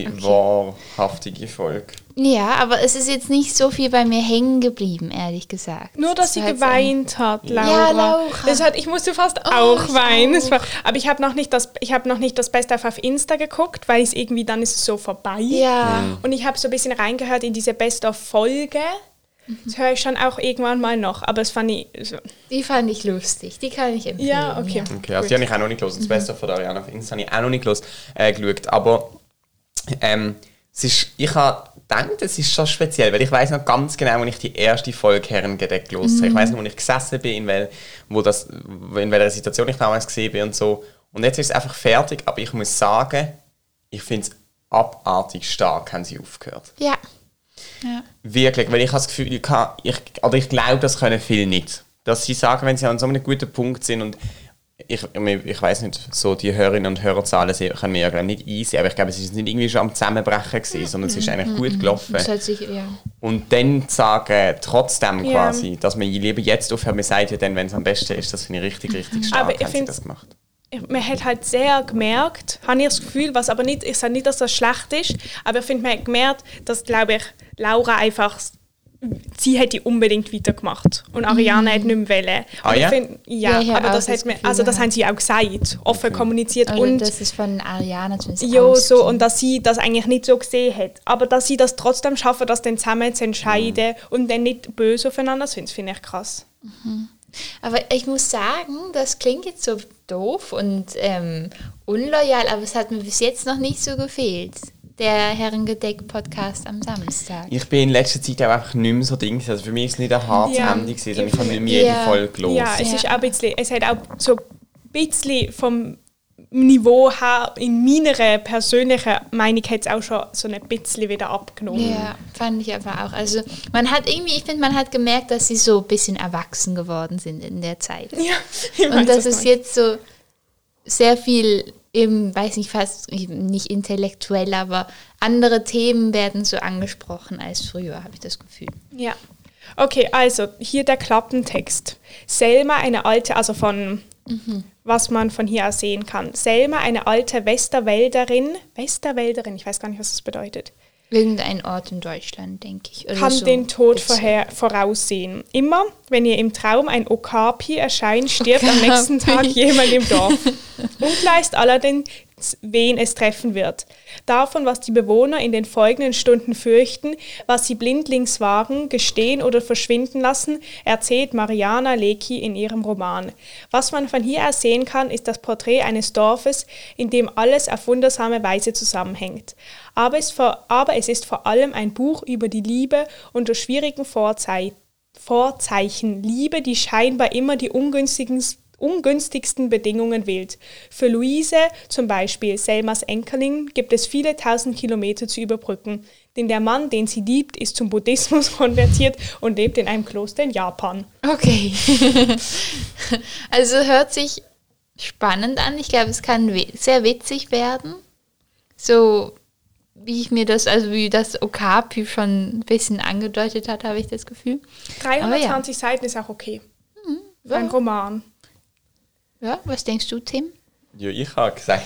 [SPEAKER 3] wahrhaftige Folge.
[SPEAKER 2] Ja, aber es ist jetzt nicht so viel bei mir hängen geblieben, ehrlich gesagt.
[SPEAKER 1] Nur, dass
[SPEAKER 2] Es
[SPEAKER 1] sie
[SPEAKER 2] war jetzt
[SPEAKER 1] geweint hat, Laura.
[SPEAKER 2] Ja, Laura. Oh,
[SPEAKER 1] Das hat, ich musste fast
[SPEAKER 2] ich
[SPEAKER 1] auch weinen.
[SPEAKER 2] auch.
[SPEAKER 1] Es war, aber ich habe noch nicht das, ich habe noch nicht das Beste auf Insta geguckt, weil es irgendwie dann ist es so vorbei.
[SPEAKER 2] ein- Ja.
[SPEAKER 1] Und ich habe so ein bisschen reingehört in diese Best of Folge.
[SPEAKER 2] Mhm.
[SPEAKER 1] Das höre ich schon auch irgendwann mal noch. Aber es fand ich. So.
[SPEAKER 2] Die fand ich lustig. Die kann ich empfehlen.
[SPEAKER 1] Ja, okay.
[SPEAKER 3] Okay, also die habe ich auch noch nicht gelesen. Das Beste von der Ariana auf Insta habe ich auch noch nicht gelesen, äh, geschaut. Aber ähm, es ist, ich habe gedacht, es ist schon speziell, weil ich weiß noch ganz genau, wenn ich die erste Folge Herrengedeck gelesen habe. Ich weiß noch, wo ich gesessen bin, in, wel, wo das, in welcher Situation ich damals gesehen bin und so. Und jetzt ist es einfach fertig, aber ich muss sagen, ich finde es abartig stark, haben sie aufgehört.
[SPEAKER 2] Ja. ja.
[SPEAKER 3] Wirklich, weil ich habe das Gefühl, gehabt, ich, oder ich glaube, das können viele nicht. Dass sie sagen, wenn sie an so einem guten Punkt sind und ich, ich weiß nicht, so die Hörerinnen und Hörerzahlen sie- können wir ja glaube ich, nicht einsehen, aber ich glaube, es ist nicht irgendwie schon am Zusammenbrechen gewesen, sondern es ist eigentlich gut gelaufen.
[SPEAKER 2] Das hat sich, ja.
[SPEAKER 3] Und dann zu sagen, trotzdem
[SPEAKER 1] Ja.
[SPEAKER 3] quasi, dass man lieber jetzt aufhört, man sagt ja dann, wenn es am besten ist, das finde ich richtig, richtig stark,
[SPEAKER 1] Aber ich
[SPEAKER 3] haben sie
[SPEAKER 1] find's-
[SPEAKER 3] das gemacht.
[SPEAKER 1] Ich- man hat halt sehr gemerkt, habe ich das Gefühl, was aber nicht, ich sage nicht, dass das schlecht ist, aber ich finde, man hat gemerkt, dass, glaube ich, Laura einfach, sie hätte unbedingt weitergemacht und Ariane hat nicht mehr wollen. Und
[SPEAKER 3] Ah, ja?
[SPEAKER 1] ich find, ja,
[SPEAKER 2] Mhm. Ja, ich hab
[SPEAKER 1] aber
[SPEAKER 2] auch
[SPEAKER 1] das,
[SPEAKER 2] das
[SPEAKER 1] hat man,
[SPEAKER 2] Gefühl
[SPEAKER 1] also das
[SPEAKER 2] gehabt.
[SPEAKER 1] haben sie auch gesagt, offen kommuniziert
[SPEAKER 2] Also
[SPEAKER 1] und
[SPEAKER 2] das ist von Ariana zumindest.
[SPEAKER 1] ja, so,
[SPEAKER 2] ausgegangen.
[SPEAKER 1] und dass sie das eigentlich nicht so gesehen hat. Aber dass sie das trotzdem schaffen, das dann zusammen zu entscheiden
[SPEAKER 3] Mhm.
[SPEAKER 1] und dann nicht böse aufeinander sind, finde ich krass.
[SPEAKER 2] Aber ich muss sagen, das klingt jetzt so doof und ähm, unloyal, aber es hat mir bis jetzt noch nicht so gefehlt. Der Herrengedeck-Podcast am Samstag.
[SPEAKER 3] Ich bin in letzter Zeit auch einfach nicht mehr so Ding. gewesen. Also für mich ist es nicht ein hartes
[SPEAKER 1] Ja.
[SPEAKER 3] Ende, gewesen, sondern ich habe nicht mehr jede
[SPEAKER 2] Ja.
[SPEAKER 3] Folge los.
[SPEAKER 1] Ja, es
[SPEAKER 2] Ja.
[SPEAKER 1] ist auch ein bisschen, es hat auch so ein bisschen vom Niveau her, in meiner persönlichen Meinung, hat es auch schon so ein bisschen wieder abgenommen.
[SPEAKER 2] Ja, fand ich aber auch. Also man hat irgendwie, ich finde, man hat gemerkt, dass sie so ein bisschen erwachsen geworden sind in der Zeit.
[SPEAKER 1] Ja, ich weiß, was
[SPEAKER 2] Und dass
[SPEAKER 1] du
[SPEAKER 2] es
[SPEAKER 1] meinst.
[SPEAKER 2] jetzt so sehr viel, eben, weiß nicht, fast eben nicht intellektuell, aber andere Themen werden so angesprochen als früher, habe ich das Gefühl.
[SPEAKER 1] Ja. Okay, also hier der Klappentext. Selma, eine alte, also von
[SPEAKER 2] Mhm.
[SPEAKER 1] was man von hier aus sehen kann. Selma, eine alte Westerwälderin, Westerwälderin, ich weiß gar nicht, was das bedeutet,
[SPEAKER 2] Irgendein Ort in Deutschland, denke ich. Oder
[SPEAKER 1] kann
[SPEAKER 2] so.
[SPEAKER 1] den Tod
[SPEAKER 2] Gibt's-
[SPEAKER 1] vorher, voraussehen. Immer, wenn ihr im Traum ein Okapi erscheint, stirbt am
[SPEAKER 2] Okapi.
[SPEAKER 1] nächsten Tag jemand im Dorf. Unklar ist allerdings, wen es treffen wird. Davon, was die Bewohner in den folgenden Stunden fürchten, was sie blindlings wagen, gestehen oder verschwinden lassen, erzählt Mariana Lecki in ihrem Roman. Was man von hier aus sehen kann, ist das Porträt eines Dorfes, in dem alles auf wundersame Weise zusammenhängt. Aber es, vor, aber es ist vor allem ein Buch über die Liebe unter schwierigen Vorzeiten. Vorzeichen, Liebe, die scheinbar immer die ungünstigen, ungünstigsten Bedingungen wählt. Für Luise, zum Beispiel Selmas Enkelin, gibt es viele tausend Kilometer zu überbrücken, denn der Mann, den sie liebt, ist zum Buddhismus konvertiert und lebt in einem Kloster in Japan.
[SPEAKER 2] Okay. also hört sich spannend an. Ich glaube, es kann wi- sehr witzig werden. So wie ich mir das, also wie das Okapi schon ein bisschen angedeutet hat, habe ich das Gefühl.
[SPEAKER 1] 320 Seiten ist auch okay. Für Ein Roman.
[SPEAKER 2] Ja, was denkst du, Tim?
[SPEAKER 3] Ja, ich habe gesagt.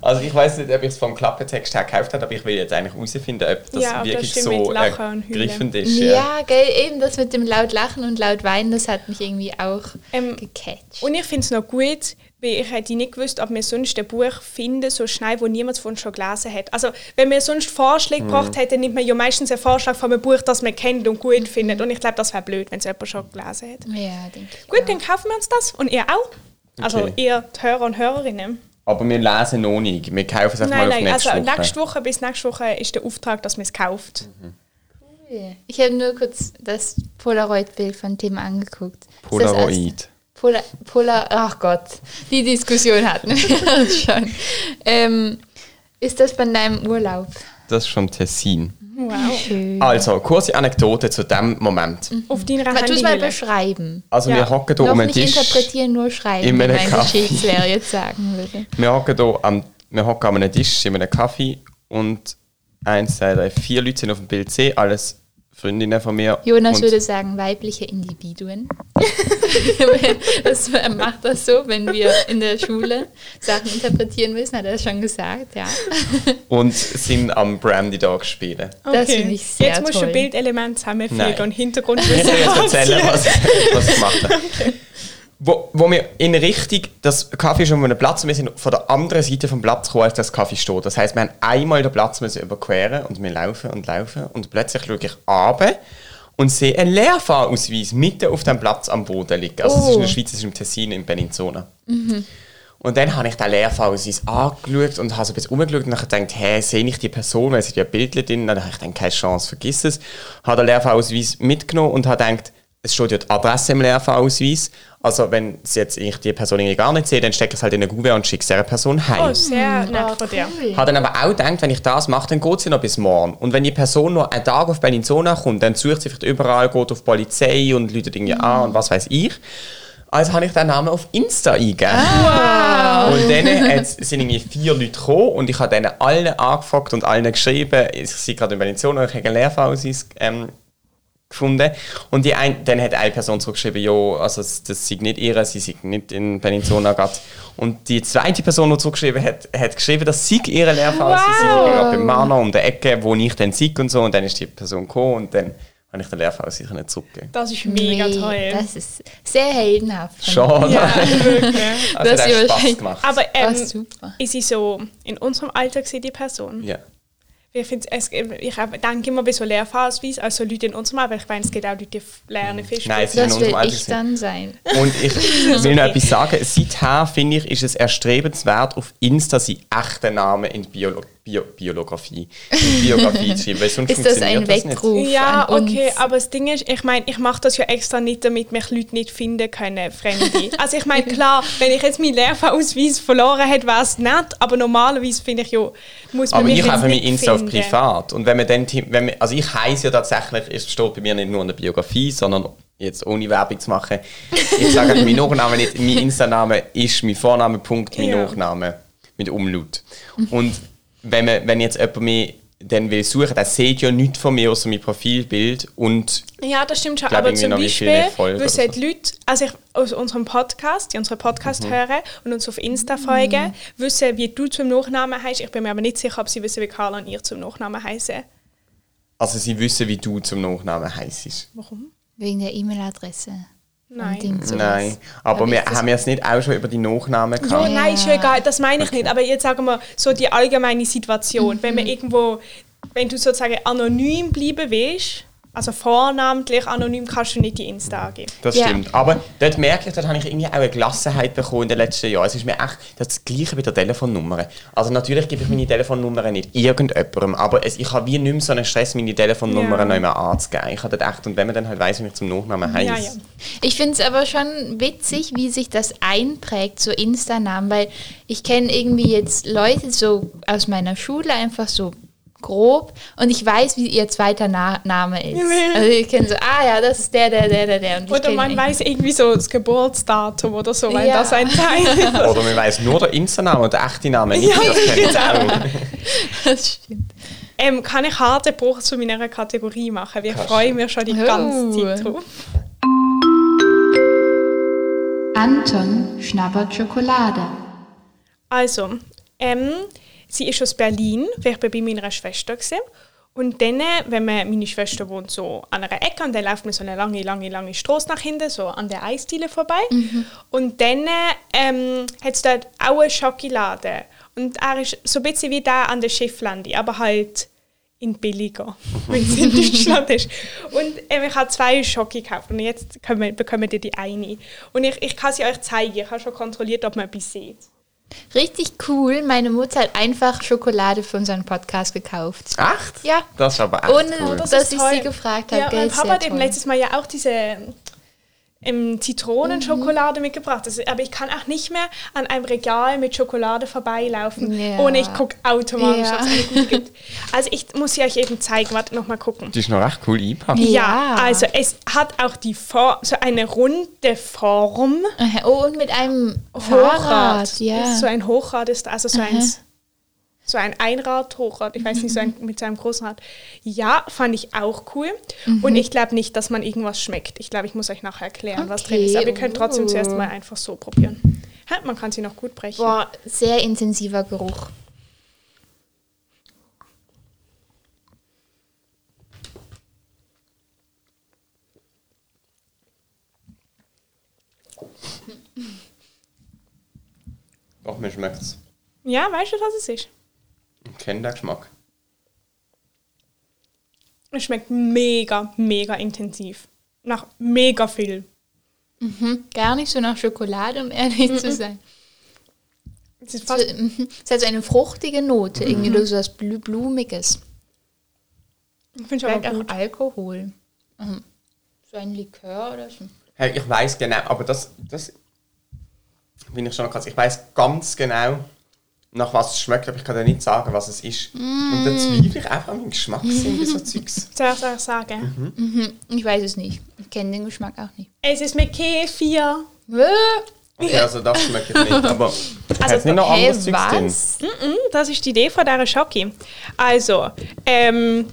[SPEAKER 3] also ich weiß nicht, ob ich es vom Klappentext her gekauft habe, aber ich will jetzt eigentlich herausfinden, ob das
[SPEAKER 1] Ja, ob das
[SPEAKER 3] wirklich
[SPEAKER 1] stimmt mit
[SPEAKER 3] so
[SPEAKER 1] Lachen und Heulen.
[SPEAKER 3] ergriffend ist.
[SPEAKER 2] Ja, gell, eben das mit dem laut Lachen und laut Weinen, das hat mich irgendwie auch
[SPEAKER 1] Ähm,
[SPEAKER 2] gecatcht.
[SPEAKER 1] Und ich finde es noch gut, weil ich hätte nicht gewusst, ob wir sonst ein Buch finden, so schnell, wo niemand von uns schon gelesen hat. Also, wenn wir sonst
[SPEAKER 3] Mhm.
[SPEAKER 1] Vorschläge gebracht hätten, nimmt man ja meistens einen Vorschlag von einem Buch, das man kennt und
[SPEAKER 3] Mhm.
[SPEAKER 1] gut findet. Und ich glaube, das wäre blöd, wenn es jemand schon gelesen hätte.
[SPEAKER 2] ja, denke ich.
[SPEAKER 1] Gut,
[SPEAKER 2] auch.
[SPEAKER 1] dann kaufen wir uns das. Und ihr auch. Also,
[SPEAKER 3] Okay.
[SPEAKER 1] ihr die Hörer und Hörerinnen.
[SPEAKER 3] Aber wir lesen noch nicht. Wir kaufen es einfach
[SPEAKER 1] Nein,
[SPEAKER 3] mal auf
[SPEAKER 1] nein,
[SPEAKER 3] nächste
[SPEAKER 1] also
[SPEAKER 3] Woche.
[SPEAKER 1] nächste Woche bis nächste Woche ist der Auftrag, dass man es kauft.
[SPEAKER 2] Ich habe nur kurz das Polaroid-Bild von Tim angeguckt. Ist das erste-
[SPEAKER 3] Polaroid.
[SPEAKER 2] Pola, Pola, ach Gott, die Diskussion hatten wir schon. Ähm, ist das bei deinem Urlaub?
[SPEAKER 3] Das ist vom Tessin.
[SPEAKER 1] Wow.
[SPEAKER 2] Schön.
[SPEAKER 3] Also, kurze Anekdote zu dem Moment.
[SPEAKER 1] Auf deiner
[SPEAKER 2] Aber tu es mal
[SPEAKER 1] Handyhülle.
[SPEAKER 2] beschreiben.
[SPEAKER 3] Also,
[SPEAKER 1] Mhm. Ja.
[SPEAKER 3] wir hocken hier
[SPEAKER 2] Noch
[SPEAKER 3] um den
[SPEAKER 2] nicht
[SPEAKER 3] Tisch.
[SPEAKER 2] interpretieren, nur schreiben,
[SPEAKER 3] in
[SPEAKER 2] wie
[SPEAKER 3] meinem
[SPEAKER 2] mein
[SPEAKER 3] Kaffee.
[SPEAKER 2] Geschichtslehrer jetzt sagen würde.
[SPEAKER 3] Wir hocken hier am, wir hocken an einem Tisch, in einem Kaffee und eins, zwei, drei, vier Leute sind auf dem Bild C, alles Freundinnen von mir.
[SPEAKER 2] Jonas
[SPEAKER 3] und
[SPEAKER 2] würde sagen, weibliche Individuen. das, er macht das so, wenn wir in der Schule Sachen interpretieren müssen, hat er schon gesagt, ja.
[SPEAKER 3] und sind am Brandy Dog spielen.
[SPEAKER 2] Das finde ich sehr
[SPEAKER 1] Jetzt musst du
[SPEAKER 2] toll.
[SPEAKER 1] Bildelemente zusammenfügen
[SPEAKER 3] Nein.
[SPEAKER 1] und
[SPEAKER 3] Ich
[SPEAKER 1] Hintergrundwissen
[SPEAKER 3] kann jetzt erzählen,
[SPEAKER 1] anziehen.
[SPEAKER 3] was, was ich gemacht habe. Wo, wo wir in Richtung, das Kaffee ist um einen Platz und wir sind von der anderen Seite vom Platz gekommen, als das Kaffee steht. Das heisst, wir haben einmal den Platz müssen überqueren und wir laufen und laufen und plötzlich schaue ich runter und sehe einen Leerfahrausweis mitten auf dem Platz am Boden liegen. Also es ist in der
[SPEAKER 2] Oh.
[SPEAKER 3] Schweiz, es ist im Tessin, in Peninsula. Und dann habe ich den Lehrfahrausweis angeschaut und habe so ein bisschen rumgeschaut und habe gedacht, hä, sehe ich die Person, weil sie ja Bildler drin Dann habe ich gedacht, keine Chance, vergiss es. Habe den Lehrfahrausweis mitgenommen und habe gedacht, es steht ja die Adresse im Lehrfahrausweis. Also wenn es jetzt ich die Person irgendwie gar nicht sehe, dann stecke ich es halt in eine Google und schicke es dieser Person heim.
[SPEAKER 1] Oh, sehr nett
[SPEAKER 2] Oh,
[SPEAKER 1] von dir.
[SPEAKER 2] cool.
[SPEAKER 3] Habe dann aber auch gedacht, wenn ich das mache, dann geht sie noch bis morgen. Und wenn die Person nur einen Tag auf Bellinzona kommt, dann sucht sie vielleicht überall, geht auf die Polizei und läutet irgendwie an und was weiß ich. Also habe ich den Namen auf Insta eingegeben. Und dann hat's- sind irgendwie vier Leute gekommen und ich habe denen allen angefragt und allen geschrieben, ich sei gerade in Bellinzona, ich habe einen Lehrfahrausweis ähm, gefunden. Und die ein, dann hat eine Person zurückgeschrieben, jo, also das, das sei nicht ihre, sie sei nicht in Peninsula gerade. Und die zweite Person, die zurückgeschrieben hat, hat geschrieben, das sei ihre Lehrfahrer, sie sei gerade beim Mana um die Ecke, wo ich dann sei und so. Und dann ist die Person gekommen und dann habe ich den Lehrfahrer sicher nicht zurückgegeben.
[SPEAKER 1] Das ist mega
[SPEAKER 2] Nee,
[SPEAKER 1] toll.
[SPEAKER 2] Das ist sehr heldenhaft. von dir.
[SPEAKER 3] Schade.
[SPEAKER 1] ja, wirklich.
[SPEAKER 3] Also,
[SPEAKER 2] das
[SPEAKER 3] das hat
[SPEAKER 2] ist
[SPEAKER 3] Spass
[SPEAKER 2] wahrscheinlich-
[SPEAKER 3] gemacht.
[SPEAKER 1] Aber ähm,
[SPEAKER 2] Das ist super.
[SPEAKER 1] ist sie so in unserem Alter gewesen, die Person?
[SPEAKER 3] ja.
[SPEAKER 1] Ich, find's- es, ich denke immer bei so Lehrphasenweise, also Leute in unserem Alter, ich meine, es gibt auch Leute, die f- lernen Fisch.
[SPEAKER 3] Nein, es ist in
[SPEAKER 2] Das
[SPEAKER 3] unserem
[SPEAKER 2] will
[SPEAKER 3] Alter.
[SPEAKER 2] ich
[SPEAKER 3] gewesen.
[SPEAKER 2] dann sein.
[SPEAKER 3] Und ich will noch etwas sagen. Seither, finde ich, ist es erstrebenswert, auf Insta seinen echten Namen in die Biolo Bio Biologie. Biografie zu schreiben, weil sonst
[SPEAKER 2] Ist das ein
[SPEAKER 3] funktioniert das nicht.
[SPEAKER 2] Weckruf?
[SPEAKER 1] Ja,
[SPEAKER 2] an uns?
[SPEAKER 1] okay, aber das Ding ist, ich meine, ich mache das ja extra nicht, damit mich Leute nicht finden können, Fremde. Also ich meine, klar, wenn ich jetzt meinen Lehrfahrausweis verloren hätte, wäre es nett, aber normalerweise finde ich ja, muss man
[SPEAKER 3] Aber
[SPEAKER 1] mich
[SPEAKER 3] ich
[SPEAKER 1] jetzt
[SPEAKER 3] habe mein
[SPEAKER 1] nicht
[SPEAKER 3] Insta auf
[SPEAKER 1] finden.
[SPEAKER 3] privat. Und wenn man dann, Tim- wenn man, also ich heiße ja tatsächlich, es steht bei mir nicht nur in der Biografie, sondern jetzt ohne Werbung zu machen. Ich sage halt meinen Nachnamen nicht, mein Insta-Name ist mein Vorname, Punkt, mein
[SPEAKER 1] Ja.
[SPEAKER 3] Nachname. Mit Umlaut. Und wenn, man, wenn jetzt jemand mich dann will suchen, der sieht ja nichts von mir außer mein Profilbild und
[SPEAKER 1] Ja, das stimmt schon.
[SPEAKER 3] Glaub,
[SPEAKER 1] aber
[SPEAKER 3] irgendwie
[SPEAKER 1] zum
[SPEAKER 3] noch wie viele
[SPEAKER 1] Beispiel
[SPEAKER 3] Folgen oder
[SPEAKER 1] wissen die Leute, also ich, aus unserem Podcast, die unseren
[SPEAKER 3] Mhm.
[SPEAKER 1] Podcast hören und uns auf Insta folgen, wissen, wie du zum Nachnamen heißt. Ich bin mir aber nicht sicher, ob sie wissen, wie Carla und ihr zum Nachnamen heißen.
[SPEAKER 3] also sie wissen, wie du zum Nachnamen heißt.
[SPEAKER 1] Warum?
[SPEAKER 2] Wegen der E-Mail-Adresse.
[SPEAKER 1] Nein.
[SPEAKER 2] Ding, sowas.
[SPEAKER 3] Nein. Aber
[SPEAKER 2] Hab
[SPEAKER 3] wir,
[SPEAKER 2] ich das-
[SPEAKER 3] haben wir es nicht auch schon über die Nachnamen
[SPEAKER 1] So,
[SPEAKER 3] gehabt?
[SPEAKER 1] Oh, Nein, ist ja egal, das meine ich nicht. Aber jetzt sagen wir so die allgemeine Situation. Wenn man irgendwo, wenn du sozusagen anonym bleiben willst, also vornamentlich anonym, kannst du nicht die Insta angeben.
[SPEAKER 3] Das
[SPEAKER 2] Ja.
[SPEAKER 3] stimmt. Aber dort merke ich, dort habe ich irgendwie auch eine Gelassenheit bekommen in den letzten Jahren. Es ist mir echt das Gleiche mit der Telefonnummer. Also natürlich gebe ich meine Telefonnummer nicht irgendjemandem, aber es, ich habe wie nicht mehr so einen Stress, meine Telefonnummer
[SPEAKER 1] Ja.
[SPEAKER 3] noch immer anzugeben. Ich habe dort echt, und wenn man dann halt weiss, wie ich zum Nachnamen heiße.
[SPEAKER 1] Ja, ja.
[SPEAKER 2] Ich finde es aber schon witzig, wie sich das einprägt, so Insta-Namen, weil ich kenne irgendwie jetzt Leute so aus meiner Schule einfach so grob und ich weiß, wie ihr zweiter Na Name ist. Also ich kenne so, ah ja, das ist der, der, der, der, der. Und ich
[SPEAKER 1] Oder
[SPEAKER 2] kenn
[SPEAKER 1] man
[SPEAKER 2] ihn.
[SPEAKER 1] weiß irgendwie so das Geburtsdatum oder so, weil
[SPEAKER 2] Ja.
[SPEAKER 1] das ein Teil ist.
[SPEAKER 3] Oder man weiss nur den Insta-Namen und den echten Namen. Nicht,
[SPEAKER 1] Ja,
[SPEAKER 3] das kenne ich
[SPEAKER 2] genau.
[SPEAKER 3] auch.
[SPEAKER 2] Das stimmt.
[SPEAKER 1] Ähm, kann ich harten Bruch zu meiner Kategorie machen? Wir
[SPEAKER 3] Kannst
[SPEAKER 1] freuen uns schon die
[SPEAKER 2] Oh.
[SPEAKER 1] ganze Zeit drauf.
[SPEAKER 4] Anton schnabbert Schokolade.
[SPEAKER 1] Also, ähm, sie ist aus Berlin, weil ich bin bei meiner Schwester war. Und dann, äh, wenn man, meine Schwester wohnt so an einer Ecke und dann läuft man so eine lange, lange, lange Straße nach hinten, so an der Eisdiele vorbei. Und dann äh, ähm, hat es dort auch einen Schokoladen. Und er ist so ein bisschen wie der an der Schifflandi, aber halt in billiger, wenn es in Deutschland ist. Und ähm, ich habe zwei Schocke gekauft und jetzt bekommen, bekommen die die eine. Und ich, ich kann sie euch zeigen, ich habe schon kontrolliert, ob man etwas sieht.
[SPEAKER 2] Richtig cool. Meine Mutter hat einfach Schokolade für unseren Podcast gekauft.
[SPEAKER 3] Echt?
[SPEAKER 2] Ja.
[SPEAKER 3] Das ist aber echt
[SPEAKER 2] Ohne
[SPEAKER 3] cool.
[SPEAKER 1] Das
[SPEAKER 2] das- dass
[SPEAKER 1] ist
[SPEAKER 2] ich
[SPEAKER 1] toll.
[SPEAKER 2] sie gefragt habe.
[SPEAKER 1] Ja,
[SPEAKER 2] gell,
[SPEAKER 1] mein
[SPEAKER 2] ist
[SPEAKER 1] Papa
[SPEAKER 2] sehr
[SPEAKER 1] hat eben
[SPEAKER 2] toll.
[SPEAKER 1] letztes Mal ja auch diese ähm, Zitronenschokolade
[SPEAKER 2] Mhm.
[SPEAKER 1] mitgebracht. Das, aber ich kann auch nicht mehr an einem Regal mit Schokolade vorbeilaufen,
[SPEAKER 2] Ja.
[SPEAKER 1] ohne ich gucke automatisch,
[SPEAKER 2] Ja.
[SPEAKER 1] ob es eine gute gibt. Also ich muss sie euch eben zeigen. Warte, nochmal gucken.
[SPEAKER 3] Die ist noch recht cool eingepackt.
[SPEAKER 1] Ja.
[SPEAKER 2] Ja.
[SPEAKER 1] also es hat auch die Form, so eine runde Form.
[SPEAKER 2] Aha. Oh, und mit einem
[SPEAKER 1] Hochrad.
[SPEAKER 2] Fahrrad. Ja.
[SPEAKER 1] So ein Hochrad ist also so ein, so ein Einrad-Hochrad. Ich weiß nicht, so ein,
[SPEAKER 2] Mhm.
[SPEAKER 1] mit so einem großen Rad. Ja, fand ich auch cool.
[SPEAKER 2] Mhm.
[SPEAKER 1] Und ich glaube nicht, dass man irgendwas schmeckt. Ich glaube, ich muss euch nachher erklären, was drin ist. Aber ihr könnt trotzdem
[SPEAKER 2] Okay,
[SPEAKER 1] zuerst
[SPEAKER 2] oh.
[SPEAKER 1] mal einfach so probieren. Hä, man kann sie noch gut brechen.
[SPEAKER 2] Boah, sehr intensiver Geruch.
[SPEAKER 3] Doch, mir schmeckt es.
[SPEAKER 1] Ja, weißt du, was es ist?
[SPEAKER 3] Ich kenne den Geschmack.
[SPEAKER 1] Es schmeckt mega, mega intensiv. Nach mega viel.
[SPEAKER 2] Hm, Gar nicht so nach Schokolade, um ehrlich zu sein.
[SPEAKER 1] Es ist
[SPEAKER 2] So,
[SPEAKER 1] fast,
[SPEAKER 2] mhm. Es hat so eine fruchtige Note, irgendwie durch so was Blü Blumiges.
[SPEAKER 1] ich finde es
[SPEAKER 2] Vielleicht
[SPEAKER 1] aber
[SPEAKER 2] auch
[SPEAKER 1] gut.
[SPEAKER 2] Alkohol. Mhm. So ein Likör oder so.
[SPEAKER 3] Hey, ich weiß genau, aber das, das bin ich schon krass. Ich weiß ganz genau, nach was es schmeckt, aber ich kann dir nicht sagen, was es ist. Und
[SPEAKER 1] Mm.
[SPEAKER 3] dann zweifle ich einfach an meinen Geschmackssinn bei so Zeugs.
[SPEAKER 1] Soll ich euch sagen?
[SPEAKER 2] Ich weiß es nicht. Ich kenne den Geschmack auch nicht.
[SPEAKER 1] Es ist mit Kefir.
[SPEAKER 2] Äh,
[SPEAKER 3] Okay, also das schmeckt nicht, aber also, nicht noch
[SPEAKER 2] Hä,
[SPEAKER 3] anderes Zeugs drin.
[SPEAKER 2] was?
[SPEAKER 1] Das ist die Idee von dieser Schoki. Also, ähm,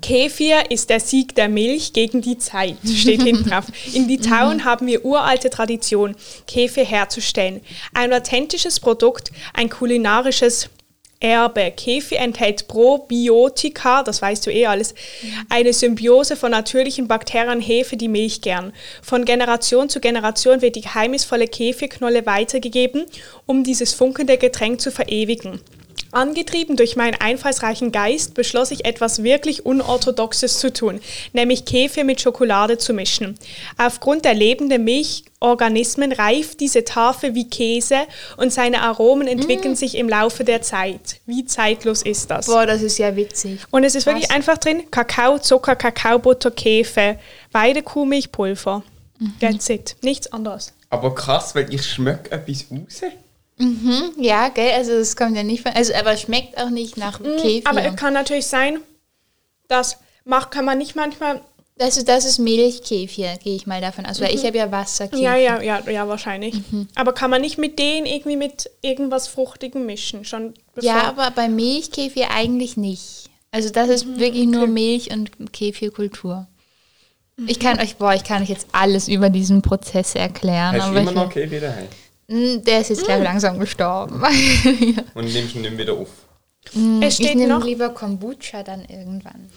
[SPEAKER 1] Kefir ist der Sieg der Milch gegen die Zeit, steht hinten drauf. In Litauen haben wir uralte Tradition, Kefir herzustellen. Ein authentisches Produkt, ein kulinarisches Erbe. Kefir enthält Probiotika, das weißt du eh alles, eine Symbiose von natürlichen Bakterien, Hefe, die Milch gern. Von Generation zu Generation wird die geheimnisvolle Kefirknolle weitergegeben, um dieses funkende Getränk zu verewigen. Angetrieben durch meinen einfallsreichen Geist beschloss ich etwas wirklich Unorthodoxes zu tun, nämlich Käfer mit Schokolade zu mischen. Aufgrund der lebenden Milchorganismen reift diese Tafel wie Käse und seine Aromen entwickeln sich im Laufe der Zeit. Wie zeitlos ist das?
[SPEAKER 2] Mm. Boah, das ist ja witzig.
[SPEAKER 1] Und es ist wirklich
[SPEAKER 2] Krass.
[SPEAKER 1] einfach drin: Kakao, Zucker, Kakaobutter, Käfer, Weidekuhmilch, Pulver.
[SPEAKER 2] Mhm.
[SPEAKER 1] That's it. Nichts anderes.
[SPEAKER 3] Aber krass, weil ich schmecke etwas raus.
[SPEAKER 1] Ah,
[SPEAKER 2] Ja, gell, also es kommt ja nicht von, also aber schmeckt auch nicht nach Kefir.
[SPEAKER 1] Aber es kann natürlich sein, das macht, kann man nicht manchmal.
[SPEAKER 2] also das ist Milchkefir, gehe ich mal davon aus, weil ich habe ja Wasserkefir.
[SPEAKER 1] Mhm. Ja, ja, ja, ja, wahrscheinlich.
[SPEAKER 2] Mhm.
[SPEAKER 1] Aber kann man nicht mit denen irgendwie mit irgendwas Fruchtigem mischen? Schon bevor.
[SPEAKER 2] Ja, aber bei Milchkefir eigentlich nicht. Also das ist
[SPEAKER 1] Mhm,
[SPEAKER 2] wirklich nur Milch- und Kefirkultur.
[SPEAKER 1] Mhm.
[SPEAKER 2] Ich kann euch, boah, ich kann euch jetzt alles über diesen Prozess erklären.
[SPEAKER 3] Hast du
[SPEAKER 2] Aber
[SPEAKER 3] immer
[SPEAKER 2] ich,
[SPEAKER 3] noch okay wieder heim.
[SPEAKER 2] Mm, der ist jetzt,
[SPEAKER 1] Mhm.
[SPEAKER 2] glaube ich, langsam gestorben.
[SPEAKER 3] Und nimmst ihn nicht wieder auf.
[SPEAKER 1] es
[SPEAKER 2] ich
[SPEAKER 1] steht
[SPEAKER 2] nehme
[SPEAKER 1] noch,
[SPEAKER 2] lieber Kombucha dann irgendwann.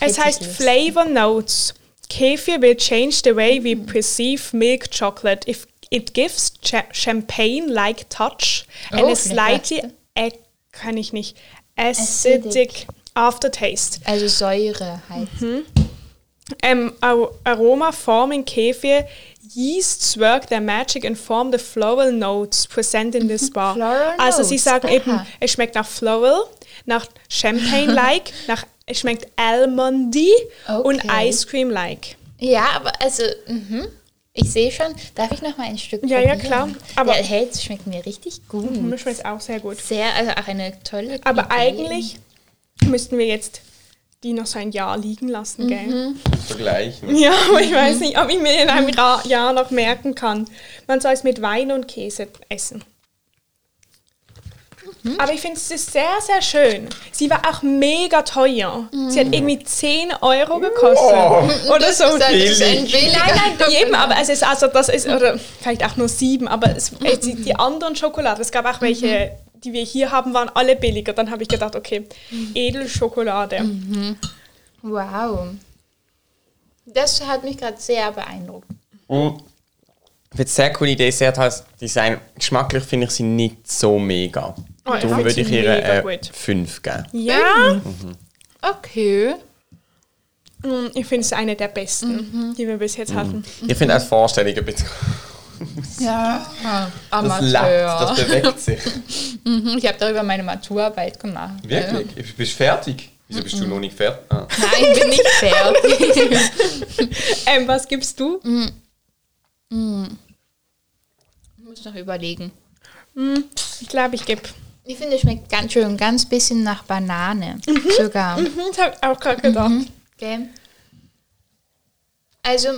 [SPEAKER 1] es heißt Flavor Notes. Kefir will change the way
[SPEAKER 2] Mhm.
[SPEAKER 1] we perceive milk chocolate if it gives cha champagne-like touch and
[SPEAKER 2] Oh,
[SPEAKER 1] a slightly,
[SPEAKER 2] lecker.
[SPEAKER 1] äh, kann ich nicht, acidic, aftertaste.
[SPEAKER 2] Also Säure
[SPEAKER 1] Mhm.
[SPEAKER 2] heißt.
[SPEAKER 1] Um, our aroma forming kefir, yeasts work their magic and form the floral notes present in this bar.
[SPEAKER 2] Mhm. Floral
[SPEAKER 1] also sie
[SPEAKER 2] notes,
[SPEAKER 1] sagen
[SPEAKER 2] aha.
[SPEAKER 1] eben, es schmeckt nach Floral, nach Champagne-like, nach es schmeckt Almondy und
[SPEAKER 2] Okay.
[SPEAKER 1] Ice Cream-like.
[SPEAKER 2] Ja, aber also, mhm. ich sehe schon. Darf ich noch mal ein Stück
[SPEAKER 1] Ja, ja,
[SPEAKER 2] probieren?
[SPEAKER 1] klar. Aber-
[SPEAKER 2] ja, hey, das schmeckt mir richtig gut.
[SPEAKER 1] Mir schmeckt auch sehr gut.
[SPEAKER 2] Sehr, also auch eine tolle
[SPEAKER 1] Aber
[SPEAKER 2] Idee.
[SPEAKER 1] eigentlich müssten wir jetzt die noch so ein Jahr liegen lassen,
[SPEAKER 2] Mhm.
[SPEAKER 1] gell?
[SPEAKER 3] Vergleichen.
[SPEAKER 1] Ja, aber ich weiß nicht, ob ich mir in einem Ra- Jahr noch merken kann. Man soll es mit Wein und Käse essen.
[SPEAKER 2] Mhm.
[SPEAKER 1] Aber ich finde es ist sehr, sehr schön. Sie war auch mega teuer. Sie hat irgendwie 10 Euro gekostet.
[SPEAKER 3] Oh.
[SPEAKER 1] Oder so.
[SPEAKER 2] Mhm. Das ist ein billiger.
[SPEAKER 1] Nein, nein, eben, aber es ist, also das ist, oder vielleicht auch nur sieben, aber
[SPEAKER 2] Mhm.
[SPEAKER 1] es, es, die, die anderen Schokoladen, es gab auch welche, die wir hier haben, waren alle billiger. Dann habe ich gedacht, okay,
[SPEAKER 2] Mhm.
[SPEAKER 1] Edelschokolade.
[SPEAKER 2] Wow. Das hat mich gerade sehr beeindruckt.
[SPEAKER 3] Und ich finde es eine sehr coole Idee, sehr tolles halt Design. Geschmacklich finde ich sie nicht so mega.
[SPEAKER 1] Oh, ich
[SPEAKER 3] Darum
[SPEAKER 1] finde
[SPEAKER 3] würde
[SPEAKER 1] sie
[SPEAKER 3] ich ihr
[SPEAKER 1] mega
[SPEAKER 3] äh,
[SPEAKER 1] gut.
[SPEAKER 3] 5 geben.
[SPEAKER 1] Ja,
[SPEAKER 2] Okay. Mhm.
[SPEAKER 1] Mm, ich finde es eine der besten, die wir bis jetzt hatten.
[SPEAKER 3] Ich finde als Vorstellung ein bisschen.
[SPEAKER 2] Ja. ah,
[SPEAKER 3] Das lebt, das
[SPEAKER 2] Amateur.
[SPEAKER 3] bewegt sich.
[SPEAKER 2] Mhm, Ich habe darüber meine Maturarbeit gemacht.
[SPEAKER 3] Wirklich? Ich- Bist du fertig? Wieso bist du
[SPEAKER 2] Mhm.
[SPEAKER 3] noch nicht fertig? Ah.
[SPEAKER 2] Nein, bin nicht fertig.
[SPEAKER 1] Ähm, was gibst du?
[SPEAKER 2] Mhm. Ich muss noch überlegen.
[SPEAKER 1] Ich glaube, ich gebe.
[SPEAKER 2] Ich finde, es schmeckt ganz schön, ganz bisschen nach Banane sogar.
[SPEAKER 1] Mhm, Das habe ich auch
[SPEAKER 2] Mhm.
[SPEAKER 1] gerade gedacht.
[SPEAKER 2] Gell? Also,